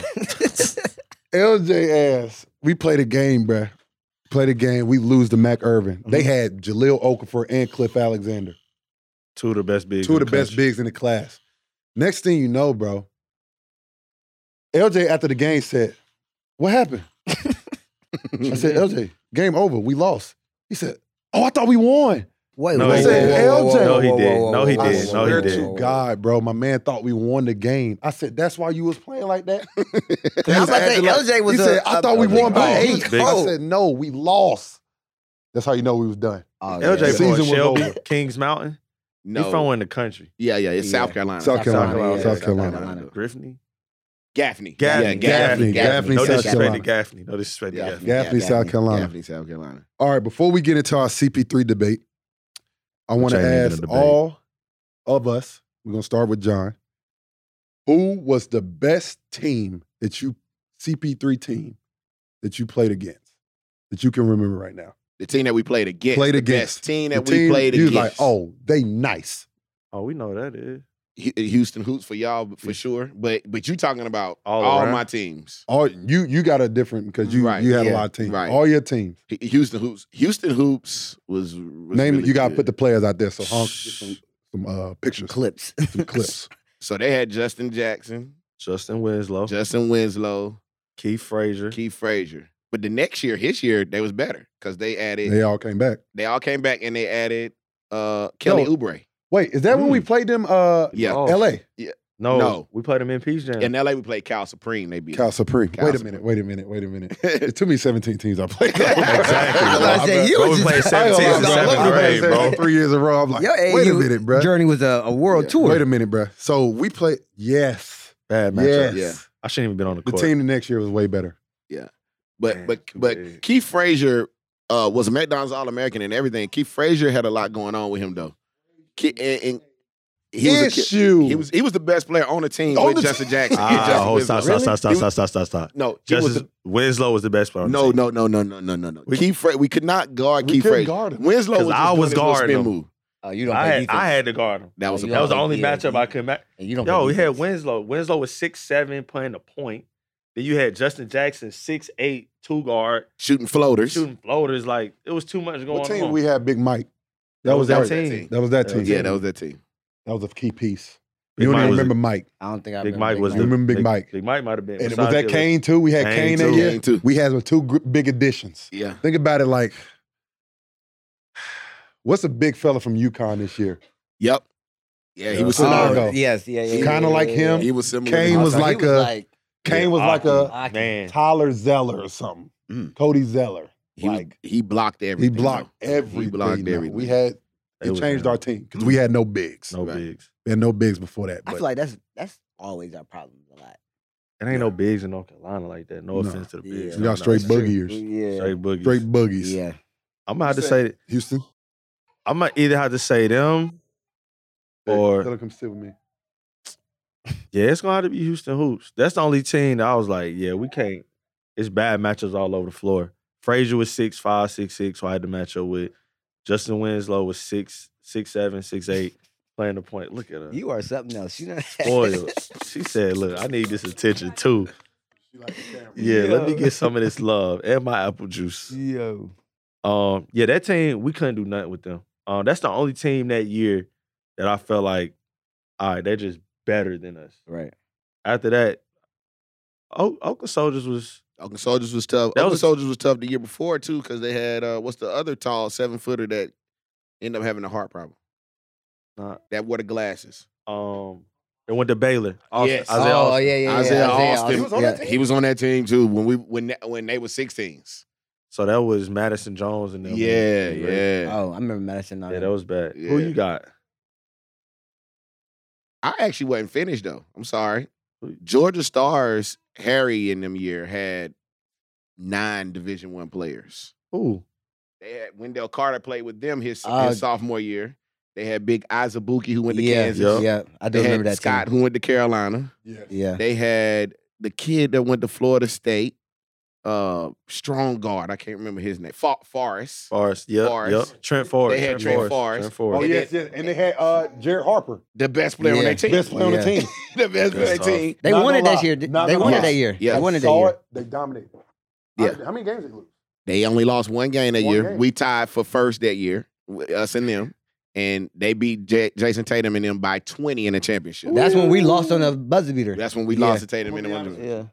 LJ ass. We played a game, bruh. Played a game. We lose to Mac Irvin. They
Mm-hmm.
Mhm.
had Jaleel Okafor and Cliff Alexander.
Two of the best bigs.
two of
in
the best
country.
bigs in the class. Next thing you know, bro, LJ after the game said, What happened? I
Mm-hmm.
said, uh, *laughs* LJ, game over. We lost. He said, Oh, I thought we won.
Wait,
No,
wait,
he
whoa,
didn't.
whoa, whoa,
LJ.
whoa,
No, he
whoa,
didn't.
whoa,
No, he
whoa,
I
didn't.
whoa,
No, he
swear
whoa,
didn't.
whoa,
to God, bro, my man thought we won the game. I said, That's why you was playing like that. *laughs*
whoa. I was about to say, LJ was
he
a-
said, I
a-
thought we
a-
won by
oh, he
eight.
was
Big-
I
cold.
said, No, we lost. That's how you know we was done.
Oh,
LJ
Season
bought
was
Shelby,
over.
Kings Mountain.
No.
He's from in the country.
yeah, yeah. It's South
Yeah.
Carolina.
South Carolina,
yeah,
South
South
Carolina.
Carolina.
Griffney.
Gaffney.
Gaffney.
Yeah,
Gaffney,
Gaffney.
Gaffney,
No
South
disrespect to
Carolina.
Gaffney. No disrespect to
Yeah,
Gaffney.
Gaffney, South Carolina.
Gaffney, South Carolina.
All right, before we get into our CP3 debate, I want to
ain't even a
ask
debate.
all of us, we're going to start with John. Who was the best team that you, CP3 team, that you played against, that you can remember right now?
The team that we played against.
Played
the
against.
Best team
The
that we played
you was
against.
like, oh, they nice.
Oh, we know who that is.
Hu- Houston Hoots for y'all for sure. But but you talking about
All
all,
around.
my teams.
All, you you got a different because you
Right,
you had a
yeah,
lot of teams.
right.
All your teams.
Hu- Houston Hoops. Houston Hoops was, was
Name
really
you got to
good.
put the players out there. So Honk, get some, some uh, pictures,
Clips.
some clips.
So they had Justin Jackson,
Justin Winslow,
Justin Winslow,
Keith Frazier.
Keith Frazier. But the next year, his year, they was better because they added.
They all came back.
They all came back and they added uh, Kelly
No.
Oubre.
Wait, is that when we
Mm.
played them? Uh,
Yeah.
Oh,
L.A.
No,
No.
we played him in Peace Jam.
In LA, we played Cal Supreme. They beat.
Cal Supreme.
Cal
wait a
Supreme.
minute. Wait a minute. Wait a minute. It took me 17 teams I played. *laughs*
Exactly, bro. I
said, you *laughs*
Bro,
was
we played
just- I
17 in
was all
seventh
over the
grade,
place.
bro.
Three years in a row. I'm like,
Yo, hey,
wait a
you-
minute, bro.
Journey was a, a world
Yeah.
tour.
Wait a minute, bro. So we played. Yes.
Bad
Yes.
matchup.
Yeah.
I shouldn't even been on the
The
court. *laughs*
team the next year was way better.
But
Man,
but
too
but
big.
Keith Frazier uh, was a McDonald's All American and everything. Keith Frazier had a lot going on with him though. Ke- and, and he was a, ki-
Issue.
he was he was the best player on the team
On
with
the
Justin
team.
Jackson.
*laughs*
and
Ah,
Justin
hold-
Winslow.
stop, stop, stop, stop,
He was-
stop, stop, stop, stop.
No, he was
Justice
the,
Winslow was the best player. On the
no
team.
no no no no no no no.
We-
Keith Fra- we could not guard
We
Keith
couldn't
Frazier.
guard him.
Winslow
'Cause
was
I
just
was
doing his little
guarding
spin
him.
move.
Oh, you don't
I
play
had,
defense.
I had to guard him.
That was a,
You
That was the
don't
only
play
matchup
defense.
I could. Ma-
And you don't.
Yo,
play
we had
defense.
Winslow. Winslow was six seven playing the point. Then you had Justin Jackson six eight two guard
shooting floaters.
shooting floaters. Like it was too much going
What team
on.
we had? Big Mike. That,
That
was
was our
that
team.
That was that team.
Yeah, that was that team.
That was a key piece.
Big
you don't
Mike
even
was-
remember Mike.
I don't think I
Big
remember
Mike was
You
the
remember Big Mike?
Big Mike might have been.
And was
besides
that
Dylan.
Kane too? We had Kane,
Kane
that
too.
year.
Game two.
We had two gr- big additions.
Yeah.
Think about it like, what's a big fella from UConn this year?
Yep. Yeah, he
Yeah.
was
Oh,
similar.
Chicago.
Yes, yeah, yeah.
Kinda like him.
He was similar.
Kane
to-
was
Also, he
like a- Kane
Yeah,
was like a
Aki.
man.
Tyler Zeller or something.
Mm.
Cody Zeller.
he, was-
like-
he blocked
He
everything.
blocked
though.
everything.
He blocked
though.
everything.
We had
It
it
was
changed
him.
our team because we had no bigs.
no
Right.
bigs.
We had no bigs before that.
I
but
feel like that's that's always our problem a lot.
It ain't no bigs in North Carolina like that. No
No.
offense to the
Yeah.
bigs.
we
No,
got
no,
straight
no.
boogiers,
Yeah,
Straight boogies.
straight boogies.
yeah.
I'm gonna have to
Who
say.
Houston
I'm gonna either have to say them,
hey, tell
or
him come sit with me.
yeah, it's gonna have to be Houston Hoops. That's the only team that I was like, yeah, we can't. It's bad matchups all over the floor. Frazier was six five, six six, who I had to match up with. Justin Winslow was six six seven, six eight, playing the point. Look at her.
You are something else. You know. *laughs*
spoiled. she said, "Look, I need this attention too.
She like the camera.
Yeah, let me
Yeah.
get some of this love and my apple juice."
Yo.
Um, yeah, that team we couldn't do nothing with them. Um, that's the only team that year that I felt like, all right, they're just better than us.
Right.
After that, o- Oakland Soldiers was
Oakland Soldiers was tough.
That
Oakland
was-
Soldiers was tough the year before too because they had uh, what's the other tall seven footer that ended up having a heart problem
not.
that wore the glasses.
Um, they went to Baylor. Austin-
Yes.
Isaiah
oh
Austin.
yeah, yeah, yeah.
Isaiah Austin.
He was on
yeah.
that team?
He was on that team too when we when that- when they were sixteens.
So that was Madison Jones and them.
Yeah,
Right?
yeah.
Oh, I remember Madison.
Yeah, that was bad. Who
Yeah.
you got?
I actually wasn't finished though. I'm sorry. Georgia Stars Harry in them year had nine Division One players.
Ooh,
They had Wendell Carter played with them his,
Uh,
his sophomore year. They had Big Izabuki who went to
yeah,
Kansas.
Yup.
yeah. I do
They
remember
had
that
Scott
team.
who went to Carolina.
Yeah.
Yeah.
They had the kid that went to Florida State, uh, strong guard. I can't remember his name. Fa- Forrest.
Forrest. Yep,
Forrest.
yep. Trent Forrest.
They had Trent Forrest.
Trent
Oh
Forrest.
yes, yes, and they had uh, Jared Harper,
The best player on
Yeah.
their team.
best player on the
Yeah.
team.
the best player on their
That's tough.
team.
They
Not
won it
gonna
that
lie.
year. They
Not gonna
won it
lie.
that year.
Yeah.
They won it that
Saw
year.
it, They dominated.
Yeah.
How, how many games they lose?
They only lost one game that
One
year.
game.
We tied for first that year, w- us and them. And they beat J- Jason Tatum and them by 20 in the championship.
That's when we lost on the buzzer beater.
That's when we
Yeah.
lost to Tatum and
Yeah.
them.
yeah.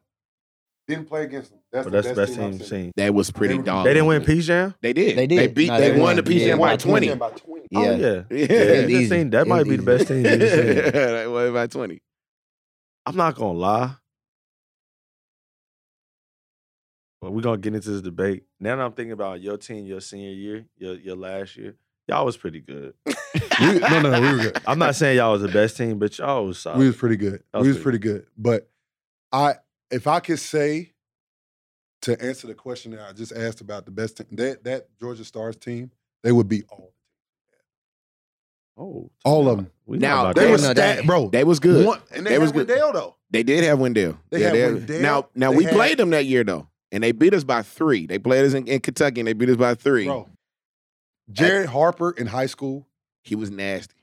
Didn't play against them. That's
But that's the best
I've
team I've seen.
That was pretty
They
dog.
They didn't win Peace Jam.
They did.
They
They
did.
beat.
No,
they,
they
won the
won.
PCM
Yeah.
by
Won.
twenty.
By 20.
Oh,
Yeah.
*laughs* yeah.
It
Yeah,
was
this
easy.
team- that
It
might
was
be the
easy.
best team. you've
*laughs*
seen.
they won by twenty.
I'm not gonna lie. But we're gonna get into this debate. Now that I'm thinking about your team, your senior year, your your last year, y'all was pretty good.
We, no, no, no, we were good.
I'm not saying y'all was the best team, but y'all was solid.
We was pretty good.
That
we
was
was pretty good. But I, if I could say, to answer the question that I just asked about the best team, that that Georgia Stars team, they would be all
oh,
all of them.
We
Now,
know about
they
that.
was- know that.
stacked, bro.
They was good.
One- and they,
They
had
was good.
Wendell though.
They did have Wendell.
They had Wendell.
Now, now
They
we
had-
played them that year though, and they beat us by three. They played us in, in Kentucky, and they beat us by three.
Bro, Jared Harper in high school
He was nasty.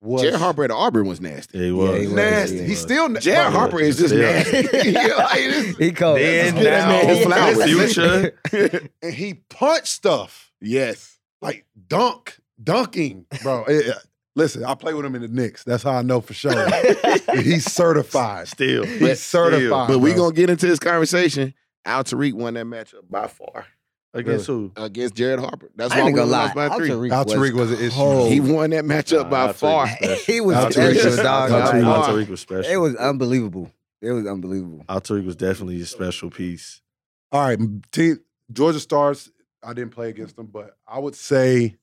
was
Jared Harper at Auburn was nasty.
Yeah, he was.
Yeah, he was.
nasty.
he
He's still na-
Jared
bro,
Harper is just
Yeah.
nasty. *laughs* Yeah, like, it's-
*laughs* He cold. *laughs*
Then,
Let's get that man his
now,
flowers.
future.
*laughs* and he punched stuff
yes.
like dunk, dunking, bro. It- it- listen, I play with him in the Knicks. That's how I know for
*laughs*
sure.
*laughs*
He's certified.
Still.
He's certified.
But we
bro.
gonna get into this conversation. Al Tariq won that matchup by far
Against who?
against Jared Harper. That's
I
why we
ain't gonna
lost
lie.
by
Al
three.
Tariq
Al
was
Tariq was an issue.
cold.
He won that matchup by
Nah, Al Tariq
far.
was special.
*laughs* he was
Al Tariq
special,
was-
dog.
Al
Al
Tariq-
Tariq,
Al
Al
Tariq
Tariq was special.
It was unbelievable. It was unbelievable.
Al Tariq was definitely a special piece.
All right, m- team Georgia Stars. I didn't play against them, but I would say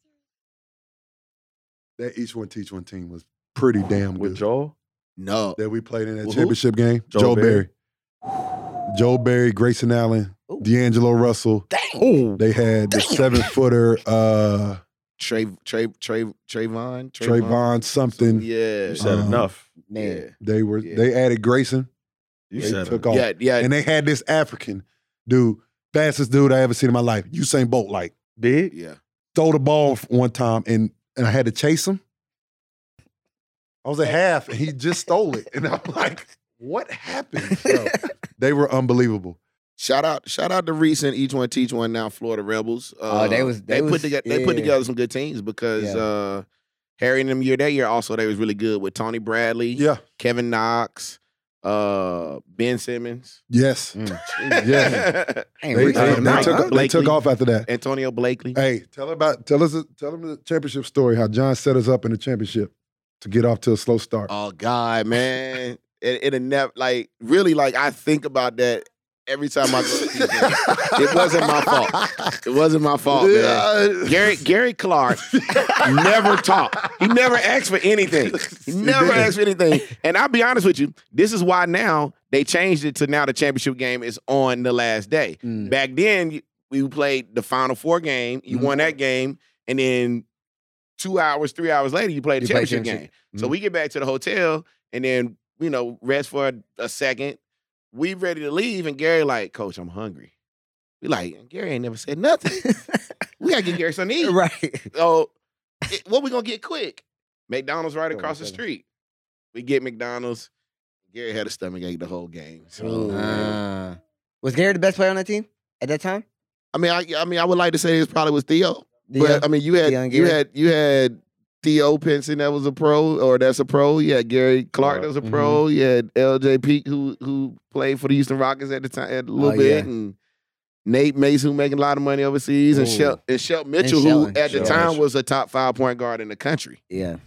that each one teach one team was pretty damn
With
good
Joel?
No.
that we played in that
With who?
championship game. Joe,
Joe
Barry.
Barry.
Joe Barry, Grayson Allen,
Ooh.
D'Angelo Russell.
Oh.
They had the seven footer, uh,
Trey Trey Trey Trayvon
Trayvon something.
You
Yeah. Uh,
said
Um,
enough.
Man.
They were
Yeah.
they added Grayson.
You
they
said
took
enough.
off.
Yeah. Yeah.
And they had this African dude, fastest dude I ever seen in my life, Usain Bolt. Like
Big?
Yeah.
throw the ball f- one time and and I had to chase him. I was at half and he just stole it. And I'm like, what
*laughs*
happened?
*laughs*
bro? they were unbelievable.
Shout out, shout out to recent each one teach one now Florida Rebels.
Oh, they was- they
put
was-
together they put
yeah.
together some good teams because
Yeah.
uh Harry and them year that year also they was really good with Tony Bradley,
Yeah.
Kevin Knox, uh Ben Simmons.
Yes.
Mm.
Yeah.
I ain't
They,
reaching
they- they
for Mike,
took,
huh?
they took
Blakely.
off after that.
*laughs* Antonio Blakely.
Hey, tell about tell us tell them the championship story, how John set us up in the championship to get off to a slow start.
Oh God, man. It it'll never like really like I think about that every time I go to these games. It wasn't my fault. *laughs* It wasn't my fault, man.
Yeah.
Gary Gary *laughs* Clark never talked. He never asked for anything. He
He
never
didn't.
asked for anything. And I'll be honest with you, this is why now they changed it to now the championship game is on the last day.
Mm.
Back then, you- we played the final four game. You
Mhm.
won that game, and then two hours, three hours later, you played the
You played
championship game.
championship.
So
Mhm.
we get back to the hotel, and then you know rest for a, a second. We ready to leave, and Gary like, Coach, I'm hungry. We like, Gary ain't never said nothing. We gotta get Gary something to *laughs* eat.
Mm. *laughs* right.
So, it, what we gonna get quick? McDonald's right
Go on,
across the
brother.
street. We get McDonald's. Gary had a stomach ache the whole game. So,
Uh, was Gary the best player on that team at that time?
I mean, I, I mean, I would like to say this probably was Theo, but um,
Deion?
I mean, you had
Deion
you
Gary?
had you had Theo Pinson that was a pro or that's a pro. You had Gary Clark that was a
Mm-hmm.
pro. You had L.J. Peak who who played for the Houston Rockets at the time at a little
Oh,
bit
yeah.
and. Nate Mace, who making a lot of money overseas, and
Ooh.
Shel and Shel Mitchell, who
Shelton.
at the
Shelton.
time was a top five point guard in the country.
yeah. Shout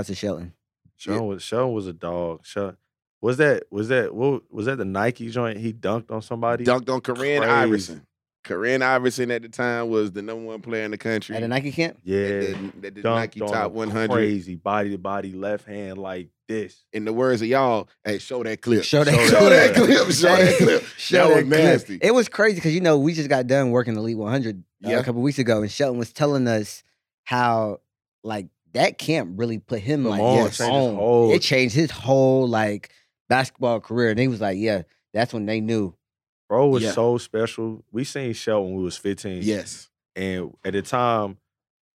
out to Shelton.
Sean was Sean was a dog. Sean was that was that what was that the Nike joint? He dunked on somebody.
dunked on Corinne
Crazy.
Iverson. Corinne Iverson at the time was the number one player in the country.
At a Nike camp?
Yeah,
That did- that did
dunked
Nike
on
top
him
100.
Crazy body to body, left hand like this.
In the words of y'all, hey, show that clip.
Show that
Show that
clip.
clip. Show that clip.
Show
that
that
was
clip.
nasty.
It was crazy because you know we just got done working Elite 100 uh,
Yeah.
a couple weeks ago, and Shelton was telling us how like that camp really put him
Come
like
on,
yes,
changed his
on.
whole-
It changed his whole like basketball career, and he was like, "Yeah, that's when they knew."
Bro was
Yeah.
so special. We seen Shelton when we was 15.
Yes.
And at the time,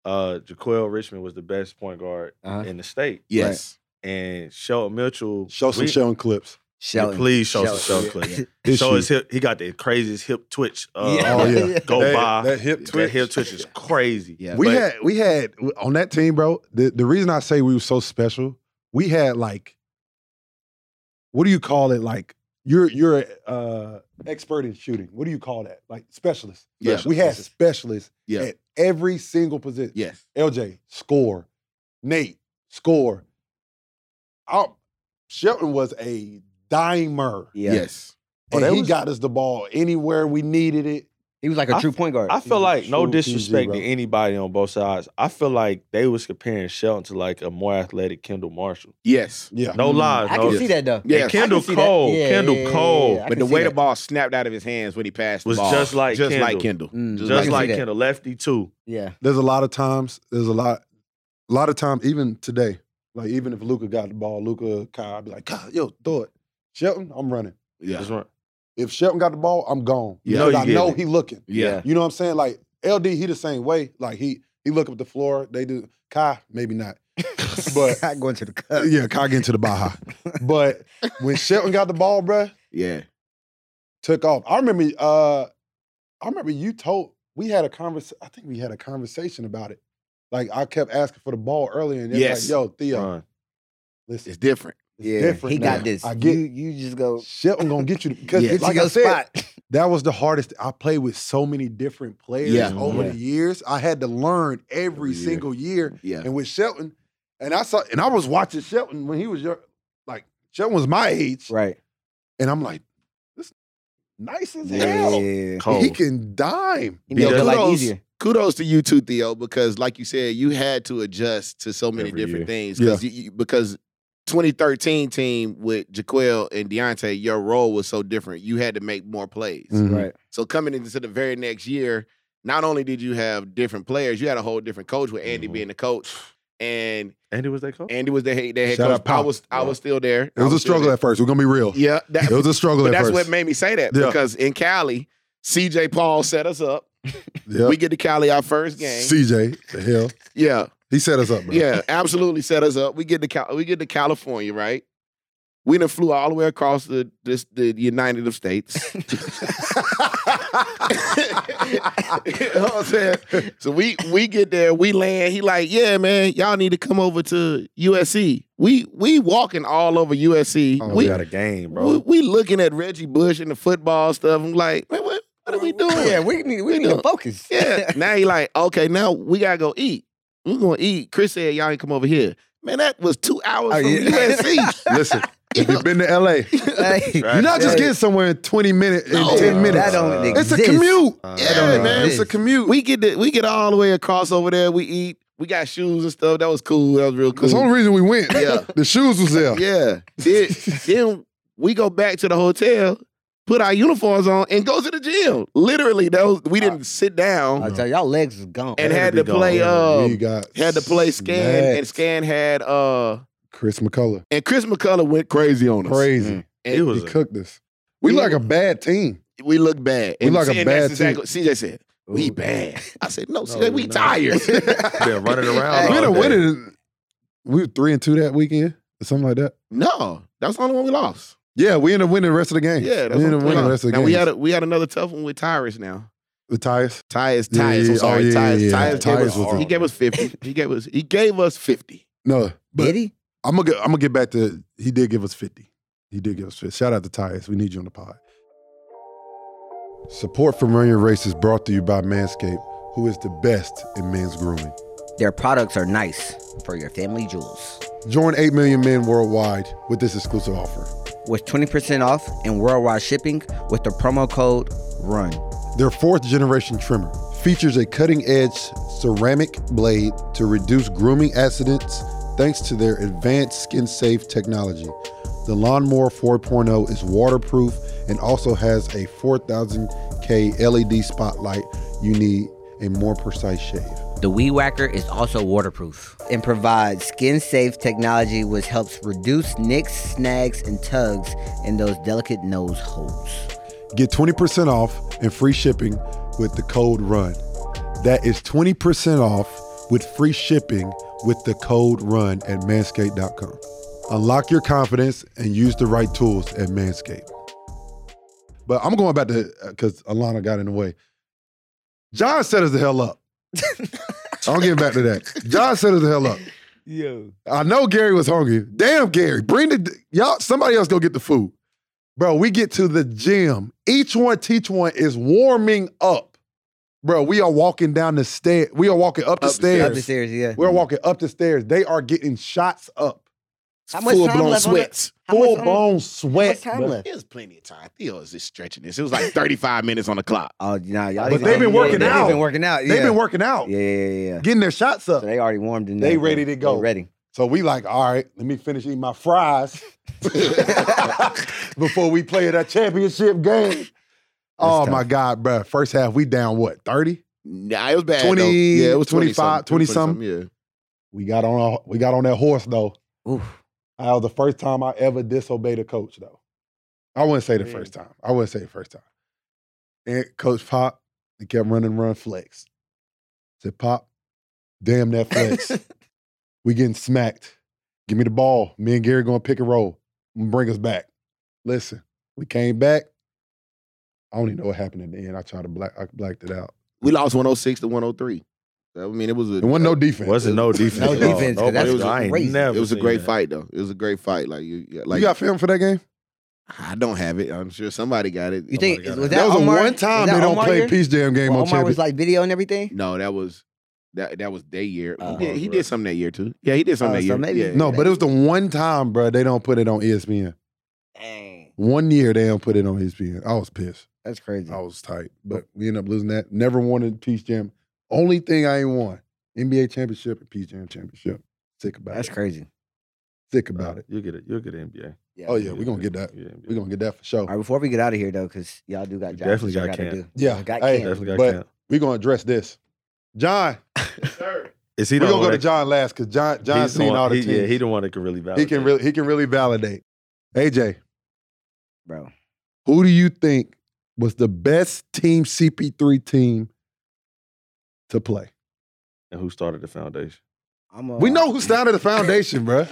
uh Jaquel Richmond was the best point guard
Uh-huh.
in the state.
Yes.
And Shelton Mitchell.
Show some
we-
Shelton clips.
Yeah,
Shelton,
please show some
Shelton.
Shelton clips.
*laughs*
His
Show
shoe.
his hip, he got the craziest hip twitch. Uh,
Oh,
*laughs*
yeah.
Go
That-
by.
that hip
That
twitch.
hip twitch is crazy.
Yeah.
We
But-
had we had on that team, bro. The the reason I say we were so special, we had like, what do you call it? Like you're you're a uh, expert in shooting. What do you call that? Like specialist.
Yeah.
We had specialists
Yeah.
at every single position.
Yes.
LJ score, Nate score. Our, Shelton was a dimer,
Yeah.
Yes.
and
that
he
was-
got us the ball anywhere we needed it.
He was like a
I
true
f-
point guard.
I feel
He's a
like no
true PG,
disrespect
bro.
to anybody on both sides. I feel like they was comparing Shelton to like a more athletic Kendall Marshall.
Yes.
Yeah.
No lies,
Mm, I
no.
can see that though.
Yes.
And Kendall
I can see that.
Cole,
Yeah,
Kendall
yeah, yeah,
Cole
yeah, I
but
can
the
see
way the
that.
ball snapped out of his hands when he passed the
was
ball
just like
just
Kendall.
like Kendall.
Mm,
Just
I can
just
see
like
that.
Kendall, lefty too.
Yeah.
There's a lot of times. There's a lot, a lot of times. Even today, like even if Luca got the ball, Luca, Kyle, I'd be like, Kyle, yo, throw it. Shelton, I'm running.
Yeah.
That's right.
If Shelton got the ball, I'm gone.
Yeah.
Because
No, you
I
get
know
it.
he looking.
Yeah.
You know what I'm saying? Like LD, he the same way. Like he he look up the floor. They do. Kai, maybe not. But
*laughs* I going to the cup.
yeah, Kai getting to the Baja. But when Shelton got the ball, bruh,
Yeah.
took off. I remember uh I remember you told we had a convers I think we had a conversation about it. Like I kept asking for the ball earlier and it's
Yes.
like, yo, Theo,
Run.
listen,
It's different.
it's
Yeah,
different.
he got
now.
this.
I get
you, you just go
Shelton gonna get you because
Yeah.
get
like
to
I
your
said,
spot. *laughs*
that was the hardest. I played with so many different players
Yeah.
over
Yeah.
the years. I had to learn every,
Every year.
single year.
Yeah.
And with Shelton, and I saw and I was watching Shelton when he was your like Shelton was my age.
Right.
And I'm like, this nice as
Yeah.
hell.
Yeah.
Cold.
He can dime.
He
Be
made
the
your life
kudos.
easier.
Kudos to you too, Theo, because like you said, you had to adjust to so many
Every
different
year.
things. 'cause you- you- because 2013 team with Jaquel and Deontay, your role was so different. You had to make more plays.
Mm.
Right.
So coming into the very next year, not only did you have different players, you had a whole different coach with Andy
Mm-hmm.
Mhm.
being the coach, and
Andy was that coach?
Andy was the head, the head
Shout
coach.
out
I
Pop.
was I
Yeah.
was still there.
It was a struggle at first. We're gonna be real.
yeah, that,
It was a struggle
but
at
that's
first.
what made me say that
Yeah.
because in Cali, CJ Paul set us up.
Yep.
We get to Cali our first game.
CJ, the hell,
yeah,
he set us up, bro. *laughs*
yeah, absolutely set us up. We get to Cal- we get to California, right? We done flew all the way across the this, the United of
*laughs*
States. *laughs* you know what I'm saying? So we we get there, we land. He like, yeah, man, y'all need to come over to USC. We we walking all over USC.
Oh,
we
we,
yeah.
got a game, bro.
we we looking at Reggie Bush and the football stuff. I'm like, man, what what are we doing?
*laughs* Yeah, we need we
We
need to
doing-
focus.
*laughs*
*laughs*
Yeah. Now he *laughs* like, okay, now we gotta go eat. We're gonna eat. Chris said y'all ain't come over here. Man, that was two hours
Oh,
from
yeah.
USC.
Listen, if you've been to LA,
*laughs*
*laughs*
Hey,
Right.
you're not just
Hey.
getting somewhere in 20 minutes, in
No.
10
That
minutes.
don't
It's a
exist.
commute.
Uh,
Yeah,
I
man.
don't know.
It's a commute.
we get the, we get all the way across over there. We eat. We got shoes and stuff. That was cool. That was real
That's the
cool.
only reason we went.
Yeah.
*laughs* The shoes was there.
Yeah.
*laughs*
Then, then we go back to the hotel, put our uniforms on, and go to the gym. Literally, that was we didn't sit down
I tell you, y'all legs is gone.
and had
be
to
gone.
play.
we
Um,
got
had to play scan, and
smacked.
scan had uh,
Chris McCullough.
and Chris McCullough went crazy on us. Mm.
Crazy.
And
It
He
was a-
cooked us. We like a bad team.
we look bad.
We
And
like a
seeing
bad
that's exactly, CJ said, we bad. I said, no, CJ, we
we're not.
tired.
*laughs*
been running around.
We
all
done
day.
went in. We were three and two that weekend or something like that.
no, that's the only one we lost.
Yeah, we ended up winning the rest of the game.
Yeah, that's
we
what
ended
I'm
up winning the
saying.
rest of the
Now
game.
we had a, we had another tough one with Tyrus now.
the tires.
Tyrus,
Yeah,
Tyrus,
yeah,
I'm
yeah.
sorry,
Oh, yeah,
Tyrus,
yeah, yeah.
Tyrus, gave
Tyrus
us,
was
*laughs* he
on.
gave us fifty. He gave us he gave us fifty.
No, but
Did he?
I'm gonna get, I'm gonna get back to. He did give us 50. He did give us 50. Shout out to Tyus. We need you on the pod. Support for Running Your Race is brought to you by Manscaped, who is the best in men's grooming.
Their products are nice for your family jewels.
Join 8 million men worldwide with this exclusive offer.
With 20% off and worldwide shipping with the promo code RUN.
Their fourth generation trimmer features a cutting edge ceramic blade to reduce grooming accidents thanks to their advanced skin safe technology. The Lawnmower 4.0 is waterproof and also has a 4000K LED E spotlight you need a more precise shave.
The Weed Whacker is also waterproof and provides skin safe technology which helps reduce nicks, snags, and tugs in those delicate nose holes.
Get 20% off and free shipping with the code RUN. That is 20% off with free shipping with the code RUN at manscaped.com. Unlock your confidence and use the right tools at Manscaped. But I'm going back to because Alana got in the way. John set us the hell up. I'm getting back to that. John set us the hell up.
Yo.
I know Gary was hungry. Damn, Gary, bring the y'all. Somebody else go get the food, bro. We get to the gym. Each one, teach one is warming up, bro. We are walking down the stair. We are walking up the
Up the
stairs.
Up the stairs, yeah.
We are walking up the stairs. They are getting shots up.
How much time
Full blown
left on it?
*laughs* sweats.
How much
full
time-
blown
how
sweat.
much time
bro.
left?
There's plenty of time. Theo is just stretching this. It was *laughs* like 35 minutes on the clock.
Oh, nah, y'all.
But
these-
they've been
yeah,
working out.
They've been working out. Yeah.
They've been working out,
Yeah, yeah, yeah, yeah.
getting their shots up.
So they already warmed in.
They ready to go. *laughs*
ready.
So we like, all right, let me finish eating my
*laughs*
fries before we play that championship game. Oh
tough.
my God, bruh. First half, we down what, 30?
Nah, it was bad.
20,
though. Yeah, it was
25,
20-something,
We got on our, we got on that horse though.
Oof.
That was the first time I ever disobeyed a coach though. I wouldn't say the
Man.
first time. I wouldn't say the first time. And Coach Pop, he kept running run flex. Said, Pop, damn that
*laughs*
flex. We getting smacked. Give me the ball. Me and Gary going to pick and roll. and Bring us back. Listen, we came back. I don't even know what happened in the end. I tried to black, I blacked it out.
We lost 106 to 103. I mean, it was a
It wasn't *laughs* no defense.
Wasn't no defense.
No
at all.
defense, 'cause
Nobody
that's
was- I ain't
crazy.
never
uh, It was a
seen
great
that.
fight though. It was a great fight. Like you, you- like
you got film for that game?
I don't have it. I'm sure somebody got it.
You think
my God.
was that,
That, was
Omar?
a one time
was that
they don't
Omar
play
year?
Peace Jam game on
Well, Omar
champion.
was like video and everything.
No, that was that that was their year.
Uh,
he, did, he
Bro.
did something that year too. Yeah, he did something
Uh,
that
so
year.
maybe-
yeah.
no, but it was the one time, bro, they don't put it on E ESPN.
Dang,
One year they don't put it on E ESPN. I was pissed.
that's crazy.
I was tight, but we ended up losing that. Never won a Peace Jam. Only thing I ain't won NBA championship and Peace Jam championship. Sick about
That's
it.
crazy.
Sick about it.
You'll get it. You'll get an NBA.
Yeah.
Oh yeah, we gonna get that.
Yeah, NBA.
We gonna get that for sure.
All right, before we get out of here though, because y'all do got
We
jobs
definitely
that y'all
got
gotta
camp.
do.
Yeah,
Y'all got
hey,
camp.
Definitely got
But-
camp.
We gonna address this, John.
Is he
we
the
gonna go
one
to
that-
John last because John John's
he's the
seen
one-
all the
he,
teams.
Yeah, he
he,
the one that can really validate.
can really he can really validate. AJ,
bro.
who do you think was the best team CP3 team to play?
And who started the foundation?
I'm
Oh,
a,
We know who started the
*laughs*
foundation, bruh.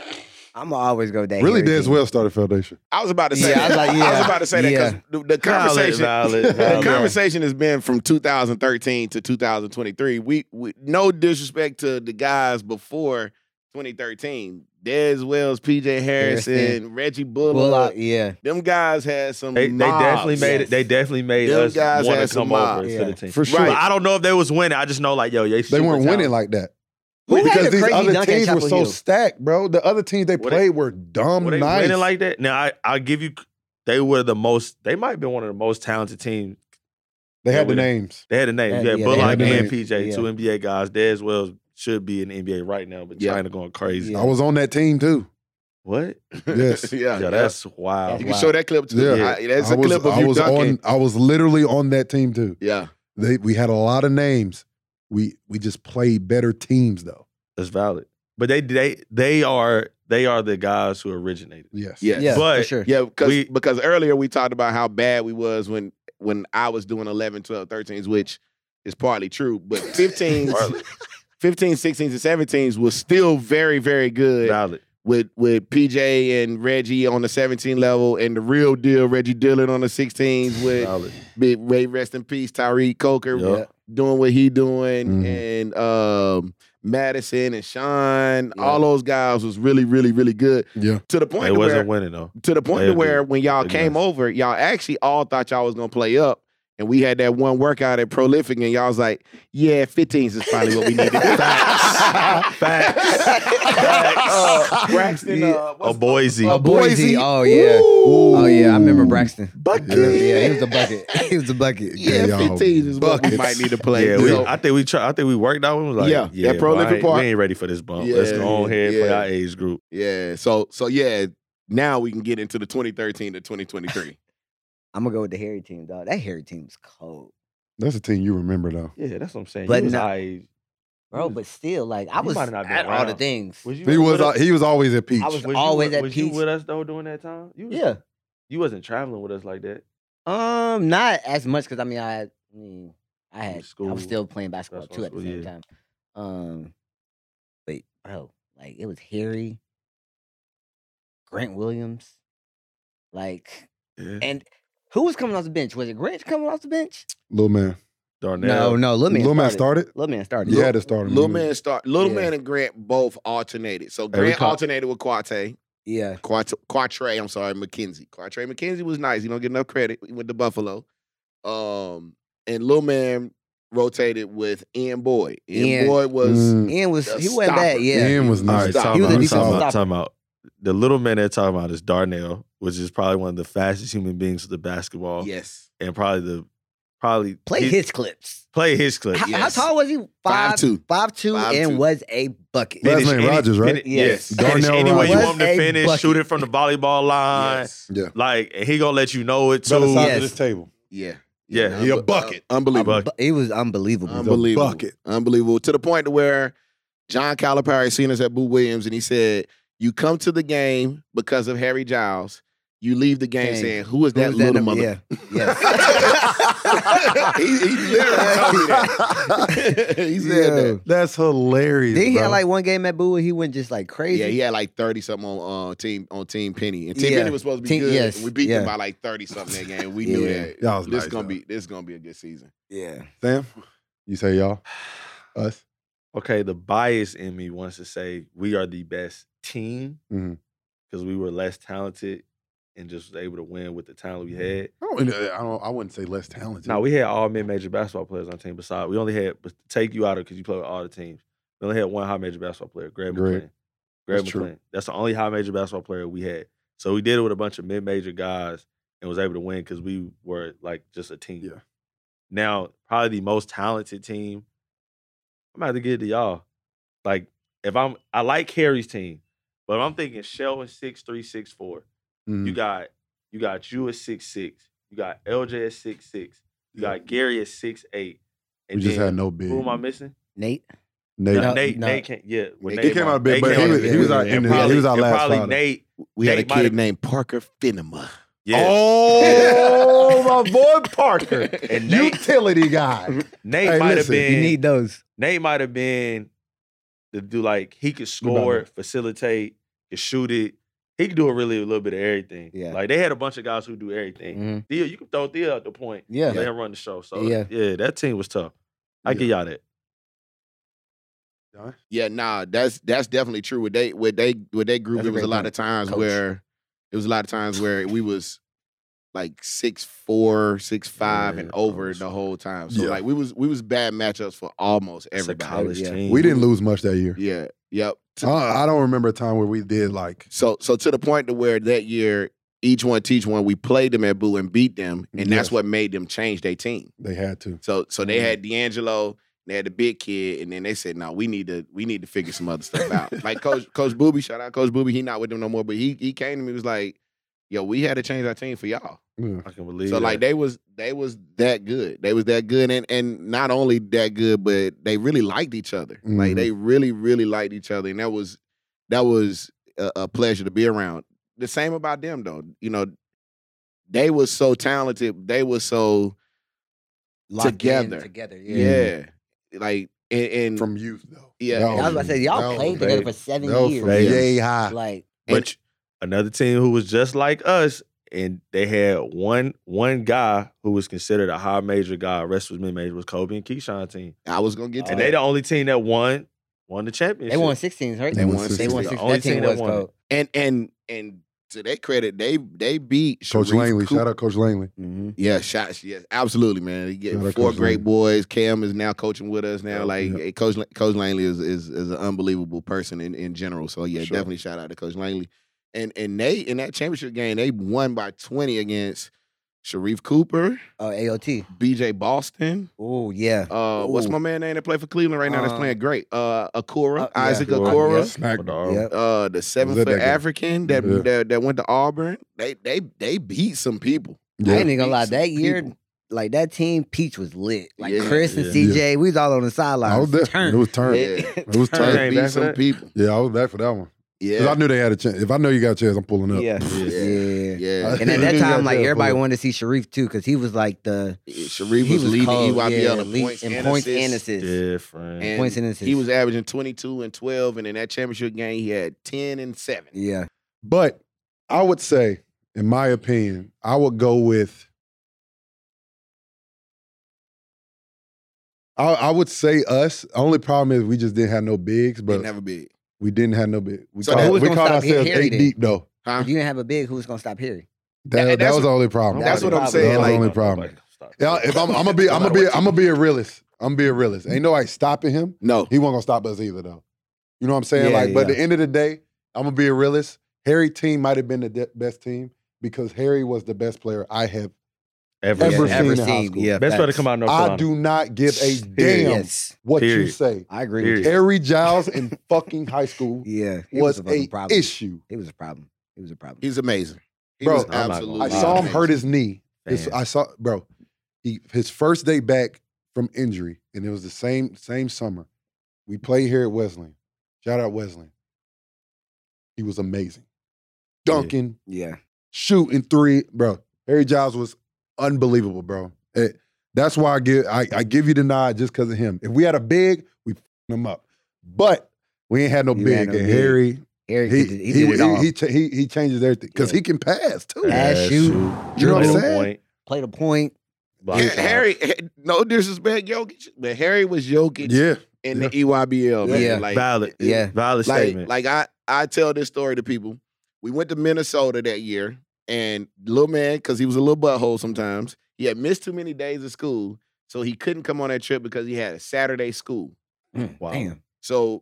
I'm gonna always go with that.
Really,
Harry
Dez
team.
Well started foundation.
I was about to say.
Yeah, I was
that.
like,
*laughs* I
yeah,
was about to say that
yeah.
because the, the conversation.
Valid,
The
valid, valid.
*laughs* conversation has been from 2013 to 2023. We, we no disrespect to the guys before 2013. Des Wells, PJ Harrison,
Harrison.
Reggie Bullock.
Bullock, uh, yeah.
Them guys had some.
They, they
mobs.
definitely made it. They definitely made
Them guys
us want
had
to
some
come over
mob.
to
Yeah.
the team.
For sure.
*laughs*
But I don't know if they was winning. I just know like yo, they,
They
super
weren't winning
talented.
like that.
Who had
because
a
these
crazy
other
dunk at
teams were
Chapel
so
Hill?
stacked, bro. The other teams they
Were they-
played were dumb
Were they
nice.
winning like that? Now I I'll give you. They were the most. They might have been one of the most talented teams.
they
Yeah,
had the
we-
names.
They had a name.
Yeah,
Yeah,
yeah, they
Bullock
had a
and
name.
PJ,
Yeah.
two NBA guys. They as well should be in the NBA right now, but
Yeah.
China going crazy.
Yeah.
I was on that team too.
What?
Yes.
yeah,
Yeah, that's wild.
You
Wow.
can show that clip to
Yeah.
them. I- That's
I
a
was,
clip of
I
you
was on.
dunking.
I was literally on that team too.
yeah,
They, we had a lot of names. We we just played better teams though.
That's valid. But they they they are they are the guys
*laughs*
who originated.
Yes.
yes.
Yeah, for
But-
sure.
*laughs*
Yeah, because
We-
because earlier we talked about how bad we was when when I was doing 11, 12, 13s, which is partly true,
*laughs*
but 15s, 15s, 16s, and 17s was still very, very good
Valid.
with with PJ and Reggie on the 17 level and the real deal Reggie Dillon on the
*laughs*
16s with
Valid.
big Ray rest in peace Tyreek Coker
Yeah.
doing what he doing
Mm-hmm.
Mhm.
and um Madison and Sean,
Yeah.
all those guys was really, really, really good
*laughs* Yeah.
to the point
They
to where
wasn't winning
*laughs*
though.
to the point
They
to where when y'all
They
came
nice.
over, y'all actually all thought y'all was gonna play up. And we had that one workout at Prolific, and y'all was like, "Yeah, 15s is probably what we need to do." *laughs*
Facts.
Uh, Braxton,
Yeah.
uh,
A
what's-
Boise.
Oh, Boise.
Boise.
Oh yeah. Oh yeah. I remember Braxton.
Bucket.
Yeah, yeah, he was
*laughs*
a bucket. He was a bucket.
yeah,
y'all
15s is what
buckets.
we might need to play.
Yeah, we,
So-
I think we tried. I think we worked out. We was like,
Yeah,
yeah,
that prolific
we ain't-
part.
We ain't ready for this bump.
Yeah,
Let's go on ahead and play
yeah.
our age group.
yeah. So, so yeah. Now we can get into the 2013 to 2023.
I'm gonna go with the Harry team, dog. That Harry team's cold,
That's a team you remember though.
Yeah, that's what I'm saying.
But
But was
no-
our age.
bro.
Mm.
But still, like I
You
was
might not been
at all the
around.
things.
Was you
He
with
was
us?
he was always at Peach.
I was
Was you
always
with-
at
Was
peace.
you with us though during that time? You was-
yeah.
You wasn't traveling with us like that.
Um, not as much because I mean I, had, I mean I had I
School.
was still playing basketball
That's
too
what
at the
school,
same
yeah.
time. Um, but bro, like it was Harry, Grant Williams, like
Yeah.
and who was coming off the bench? Was it Grant coming off the bench?
Little man.
Darnell.
no, Lil
Little man started.
Little man started.
You had to start him.
Little man start. Little
Yeah.
man and Grant both alternated. So
Hey, we
Grant
caught-
alternated with Quate.
Yeah,
Quart- Quartre, I'm sorry, McKenzie. Quartre McKenzie was nice. He don't get enough credit. He went to Buffalo. Um, and Lil Man rotated with Ian Boyd. Ian
Ian.
Boyd was
Mm.
Ian was
The
he wasn't bad.
stopper.
Yeah,
Ian was
All right,
nice.
Stop.
time
He was a
out.
decent
Time
stopper.
out. Time out. the little man they're talking about is Darnell, which is probably one of the fastest human beings with the basketball,
Yes.
and probably the probably
Play
he-
his clips.
play his clip.
How, how
yes.
tall was he?
Five two.
five two,
Five
and
two.
was a bucket.
Last
Finish
name Rodgers, right?
finish-
Yes.
yes.
Darnell
Finish any way
Rodgers.
you want him to
Was a
finish.
bucket.
Shoot it from the volleyball
Uh,
line.
Yes.
Yeah.
Like and he gonna let you know it
Brother,
too.
size
yes.
of this table.
Yeah.
Yeah.
He a
Unbe-
bucket.
uh, unbelievable.
bucket.
Bu- It was unbelievable.
Um,
Unbelievable.
bucket.
Unbelievable. To the point to where John Calipari seen us at Boo Williams and he said, You come to the game because of Harry Giles. You leave the game
Dang.
saying, Who is
Who
that
was
little
number-
mother?
Yeah. Yes.
he, he
*laughs*
literally told me that. *laughs* he said that.
Yo.
That's hilarious.
Then he had
bro.
like one game at Boo where he went just like crazy.
Yeah, he had like thirty something on uh, team on Team Penny, and Team
Yeah.
Penny was supposed to be
Team-
good.
yes,
we beat
yeah.
them by like thirty something that game. We knew
Yeah.
that
Y'all was
this
nice,
gonna
though.
be this gonna be a good season.
yeah.
Sam, you say y'all, us.
okay, the bias in me wants to say we are the best team
Mhm.
because we were less talented and just was able to win with the talent we had.
I don't, I don't. I wouldn't say less talented.
Now we had all mid-major basketball players on the team. Besides, we only had but to take you out of because you play with all the teams. We only had one high-major basketball player, Greg
Greg.
McClain. Greg
That's true.
McClain. That's the only high-major basketball player we had. So we did it with a bunch of mid-major guys and was able to win because we were like just a team.
Yeah.
Now, probably the most talented team. I'm about to give it to y'all. Like, if I'm, I like Harry's team, but if I'm thinking Shelvin six three six four.
Mhm.
You got you got you at six six. You got LJ at six six. You got Gary at six eight.
we just had no big.
who am I missing?
Nate.
Nate.
No,
Nate.
no.
Nate came. Yeah, when
He
Nate
came out
They
big, but
came
he
out
was-
big.
he was our-
And
in the- he
probably-
was our
and
last
Probably
final.
Nate.
We had
Nate
a
might've-
kid named Parker Finema.
Yeah.
Oh, my boy Parker,
And Nate,
utility guy.
Nate
Hey,
might have
listen, you
been.
You need those.
Nate might have been the dude like he could score, facilitate, could shoot it. He could do a really a little bit of everything.
Yeah.
Like they had a bunch of guys who do everything.
Mhm.
Theo, you can throw Theo at the point.
Yeah.
Let him run the show. So
Yeah.
yeah, that team was tough. I give y'all that.
Yeah, nah, that's that's definitely true. With they with they with they group,
That's a
it was a
great
lot
point,
of times
coach.
where it was a lot of times where we was like six four, six five, and
Yeah,
over
almost.
the whole time. So
Yeah.
like we was we was bad matchups for almost
It's a
everybody.
college
Yeah.
team.
We didn't lose much that year.
Yeah. Yep.
I, I don't remember a time where we did like.
So so to the point to where that year each one teach one, we played them at Boo and beat them,
Yes.
and that's what made them change their team.
They had to.
So so they
Mhm.
had D'Angelo, they had the big kid, and then they said, "No, we need to we need to figure some other stuff out." like Coach Coach Booby, shout out Coach Booby, he not with them no more, but he he came to me he was like, "Yo, we had to change our team for y'all."
Yeah.
I can believe.
So like
that.
they was they was that good. They was that good and and not only that good, but they really liked each other.
Mhm.
Like they really really liked each other and that was that was a, a pleasure to be around. The same about them though. You know, they was so talented. They was so
Locked in
Together.
Together. Yeah.
yeah. Like and, and
From youth though.
Yeah.
That
I was about to say
that
y'all
was-
played
they-
together for seven
that was
years.
from
They-
yay high.
Like
but another team who was just like us, and they had one one guy who was considered a high major guy. Rest was mid major was Kobe and Keyshawn team,
I was gonna get to
and
that.
they the only team that won won the championship.
they won sixteens, right?
They won
They
16s.
won
The
sixteens.
only
That team
team that
was
won it.
cold.
and and and to their credit, they they beat
Coach
Sharif
Langley.
Cooper.
Shout out Coach Langley.
mm-hmm.
Yeah, shots. Yes, absolutely, man. You get
Shout out
four
Coach
great
Langley.
boys. Cam is now coaching with us now.
Yeah.
Like
Yeah.
eh, Coach, La- Coach Langley is, is is an unbelievable person in, in general. So yeah,
Sure.
definitely shout out to Coach Langley. And and they in that championship game, they won by twenty against Sharif Cooper,
Oh, AOT.
BJ Boston.
Oh yeah.
Uh, what's
Ooh.
my man name that play for Cleveland right now? that's
Uh,
playing great. Uh, Akura,
uh, yeah.
Isaac
Akura,
Akura.
yes.
Smack.
Dog.
Yep.
Uh, the seven
that
foot
that guy?
African that,
Yeah.
that that went to Auburn. They they they beat some people.
I
Yeah.
ain't even gonna
Beat
lie.
some
That year,
people.
like that team, Peach was lit. Like
Yeah.
Chris and
Yeah.
CJ, we was all on
I
the
was
sidelines.
there.
Turn. *laughs*
It was turned.
Yeah.
*laughs* It was
Turn.
turned.
they
Came
beat
back for
some
that?
people.
Yeah, I was there for that one. 'Cause
Yeah.
I knew they had a chance. If I know you got a chance, I'm pulling up.
Yeah. Yeah.
Yeah.
And at
Yeah,
that
you
time,
got
like
that,
everybody
fool.
wanted to see Sharif too, because he was like the
Yeah, Sharif
he
was, leading
cold,
EYBL
yeah,
in
lead-
points
in
and
points
assists.
and assists.
Different.
And
Points and assists.
He was averaging 22 and 12, and in that championship game, he had 10 and 7.
Yeah.
But I would say, in my opinion, I would go with. I, I would say us. Only problem is we just didn't have no bigs,
They
but
never big.
we didn't have no big. We
So
called,
who was
we
gonna
called
stop
ourselves
Harry
eight
then?
deep though.
Huh?
If you didn't have a big, who was gonna stop Harry?
That,
That-
that
that's
was the only problem.
That's what I'm
That
saying,
was
like-
the only problem. Yeah, if I'm, I'm gonna
*laughs*
be, I'm gonna be, I'm gonna be a realist. I'm gonna be a realist. Ain't nobody stopping him.
No.
He wasn't gonna stop us either, though. You know what I'm saying?
Yeah,
like, but at
yeah.
the end of the day, I'm gonna be a realist. Harry team might have been the de- best team because Harry was the best player I have
Ever,
Ever
since.
seen in high school.
Yeah,
Best player to
facts.
come out of North
I
Carolina.
do not give a damn
Yes,
what you
Period.
say.
I agree with
Period.
Harry Giles in fucking high school
you. Yeah, he
was,
fucking
a issue.
He was a problem. He was a problem.
He's amazing. He
Bro,
was
I'm
not gonna
absolutely.
I
Wow.
saw him
amazing.
hurt his knee. This-
Fans.
I saw, bro. He his first day back from injury, and it was the same same summer. We played here at Wesleyan. Shout out Wesleyan. He was amazing,
Yeah.
dunking,
yeah,
shooting three, bro. Harry Giles was unbelievable, bro. Eh, that's why I give I, I give you the nod just because of him. If we had a big, we f him up, but we ain't had no
You
big.
had no
and
big.
Harry,
Harry,
he
could-
he
he, did it all.
he, he, cha- he, he changes everything because he can pass too.
Yeah. Ass shoot.
You know what I'm
Middle
saying?
point,
Played a point.
block
Yeah,
shot.
Harry, *laughs* no disrespect, Jokic, but Harry was Jokic
Yeah,
in the E EYBL. Man.
Yeah.
like,
valid,
Yeah.
valid
like,
statement.
like I, I tell this story to people. We went to Minnesota that year, and little man, because he was a little butthole sometimes, he had missed too many days of school, so he couldn't come on that trip because he had a Saturday school.
Mm,
Wow.
Damn.
So,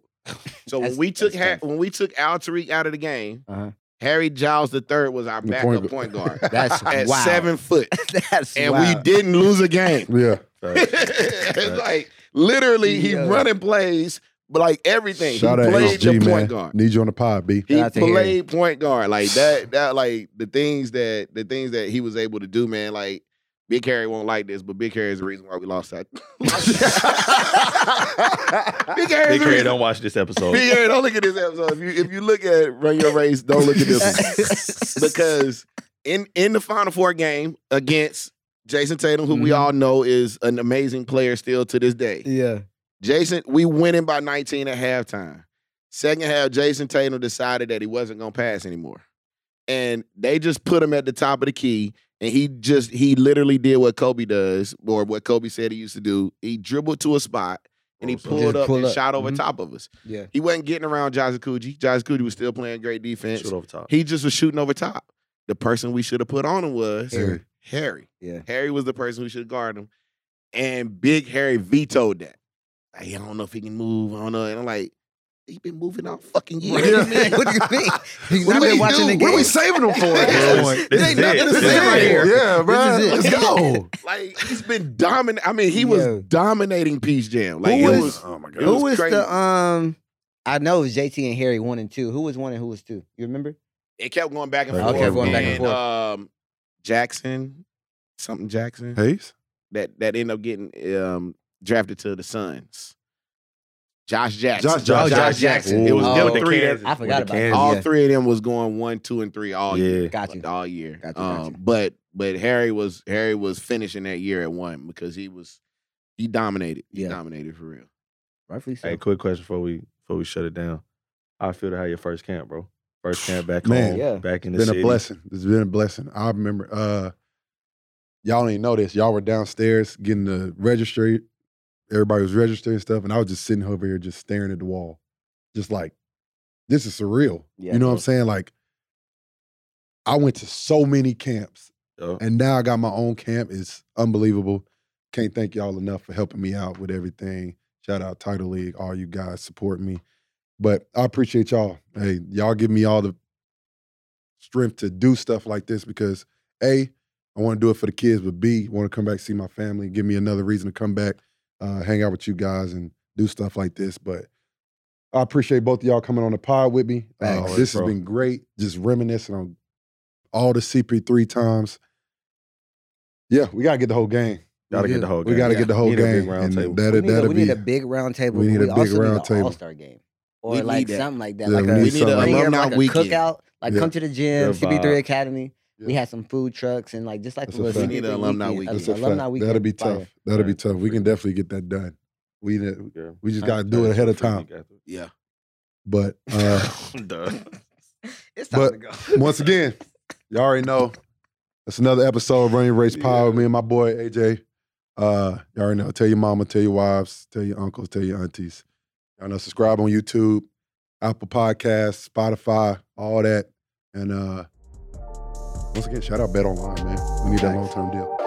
so when
That's-
we took
that's
Har-
tough.
when we took Al Tariq out of the game, *laughs*
Uh-huh.
Harry Giles the third was our
The
backup
gu-
point, guard
*laughs*
*laughs* That's
at
wow.
seven foot,
*laughs* That's
and
wow.
we didn't lose a game.
*laughs* yeah.
*laughs*
Facts.
it's like literally he
Yeah.
running plays, but like everything. he played the point guard.
Need you on the pod, B.
He
Shout out to Harry.
played point guard. Like that, that like the things that the things that he was able to do, man, like Big Harry won't like this, but Big Harry is the reason why we lost that. *laughs* Big Harry,
Big
is the
Harry,
reason-
don't watch this episode.
Big Harry, don't look at this episode. If you if you look at Run Your Race, don't look at this
*laughs*
one because in in the Final Four game against Jason Tatum, who we
Mhm.
all know is an amazing player still to this day.
yeah,
Jason, we winning by 19 at halftime. Second half, Jason Tatum decided that he wasn't gonna pass anymore. And they just put him at the top of the key. And he just he literally did what Kobe does, or what Kobe said he used to do. He dribbled to a spot and he
Just
pulled up
pull
and
up.
shot over
Mhm.
top of us.
yeah.
He wasn't getting around Jazz Coogee. Jazz Coogee was still playing great defense.
Shoot over top.
He just was shooting over top. The person we should have put on him was
Harry.
Harry. *laughs*
Yeah.
Harry was the person who should have guarded him. And Big Harry vetoed that. Like, I don't know if he can move. I don't know. And I'm like, he been moving all
*laughs*
fucking year.
What do you mean? What do you mean? He's
*laughs* What
not
do
been
we
watching the game.
do? What
What are we saving them
*laughs*
for?
This
This
is
ain't nothing
it.
to say
This is it.
right here.
Yeah, bro.
This is
Let's *laughs*
it.
go.
Like, he's been dominant. I mean, he was
Yo.
dominating Peace Jam. Like,
Who
it
was-
was,
oh my
It
god.
was
Who was
crazy.
the um? I know it was JT and Harry one and two. Who was one and who was two? You remember?
it kept going back and
Okay,
forth.
going back and
forth.
Um, Jackson, something Jackson,
Hayes?
that, that ended up getting um, drafted to the Suns. Josh Jackson.
Josh- Josh
Jackson.
It
Ooh.
was
Oh,
them
with the
three. that-
Kansas-
I forgot
with
about
the
that.
Kansas.
All
Yeah.
three of them was going one, two, and three all year.
Yeah.
Got you.
All year.
Got you, got
um,
you.
but but Harry was Harry was finishing that year at one because he was he dominated. He
Yeah.
dominated for real.
Rightfully so.
Hey, quick question before we before we shut it down. How I feel to have your first camp, bro. First camp back
Man.
home,
Yeah.
back in the
It's been
city.
a blessing. It's been a blessing. I remember uh y'all don't even know this. Y'all were downstairs getting the registry. Everybody was registering stuff, and I was just sitting over here just staring at the wall. Just like, this is surreal.
Yeah,
you know what I'm
bro.
saying? Like, I went to so many camps
Yo.
and now I got my own camp. It's unbelievable. Can't thank y'all enough for helping me out with everything. Shout out Title League, all you guys support me. But I appreciate y'all. Hey, y'all give me all the strength to do stuff like this because A, I want to do it for the kids, but B, want to come back, see my family, give me another reason to come back, uh, hang out with you guys and do stuff like this. But I appreciate both of y'all coming on the pod with me. Uh,
Thanks.
this
Bro.
has been great. Just reminiscing on all the CP3 times. Yeah, we gotta get the whole game.
Gotta
We
get
do.
the whole
We
game.
gotta
Yeah.
get the whole
Need a big
game.
round
and
table.
That'll,
we, need a,
that'll
we
be
need a big round table.
we
but
need a big
also
round
need
table.
All star game, or
We
like
need that.
something like that.
Yeah,
like
we
a,
need
we
something
like,
like
here,
that.
like a
Weekend.
cookout. Like
Yeah.
come to the gym,
Good
CB3
vibe.
Academy. We
Yeah.
had some food trucks and like just like
That's
the
a
little
fact.
We need an
CP3
alumni weekend.
that's
Okay,
a
alumni
fact.
weekend.
That'll be
fire.
tough. That'll be
Right.
tough. We can definitely get that done. We need,
Yeah.
we just gotta do it ahead of time.
Yeah.
But
*laughs*
uh,
Duh.
*laughs* It's time
But-
to go.
once again, y'all already know that's another episode of Running Race Power. with Me and my boy AJ. Uh, y'all already know. Tell your mama, tell your wives, tell your uncles, tell your aunties. Y'all know. Subscribe on YouTube, Apple Podcasts, Spotify, all that. And uh, once again, shout out Bet Online, man. We need that long term deal.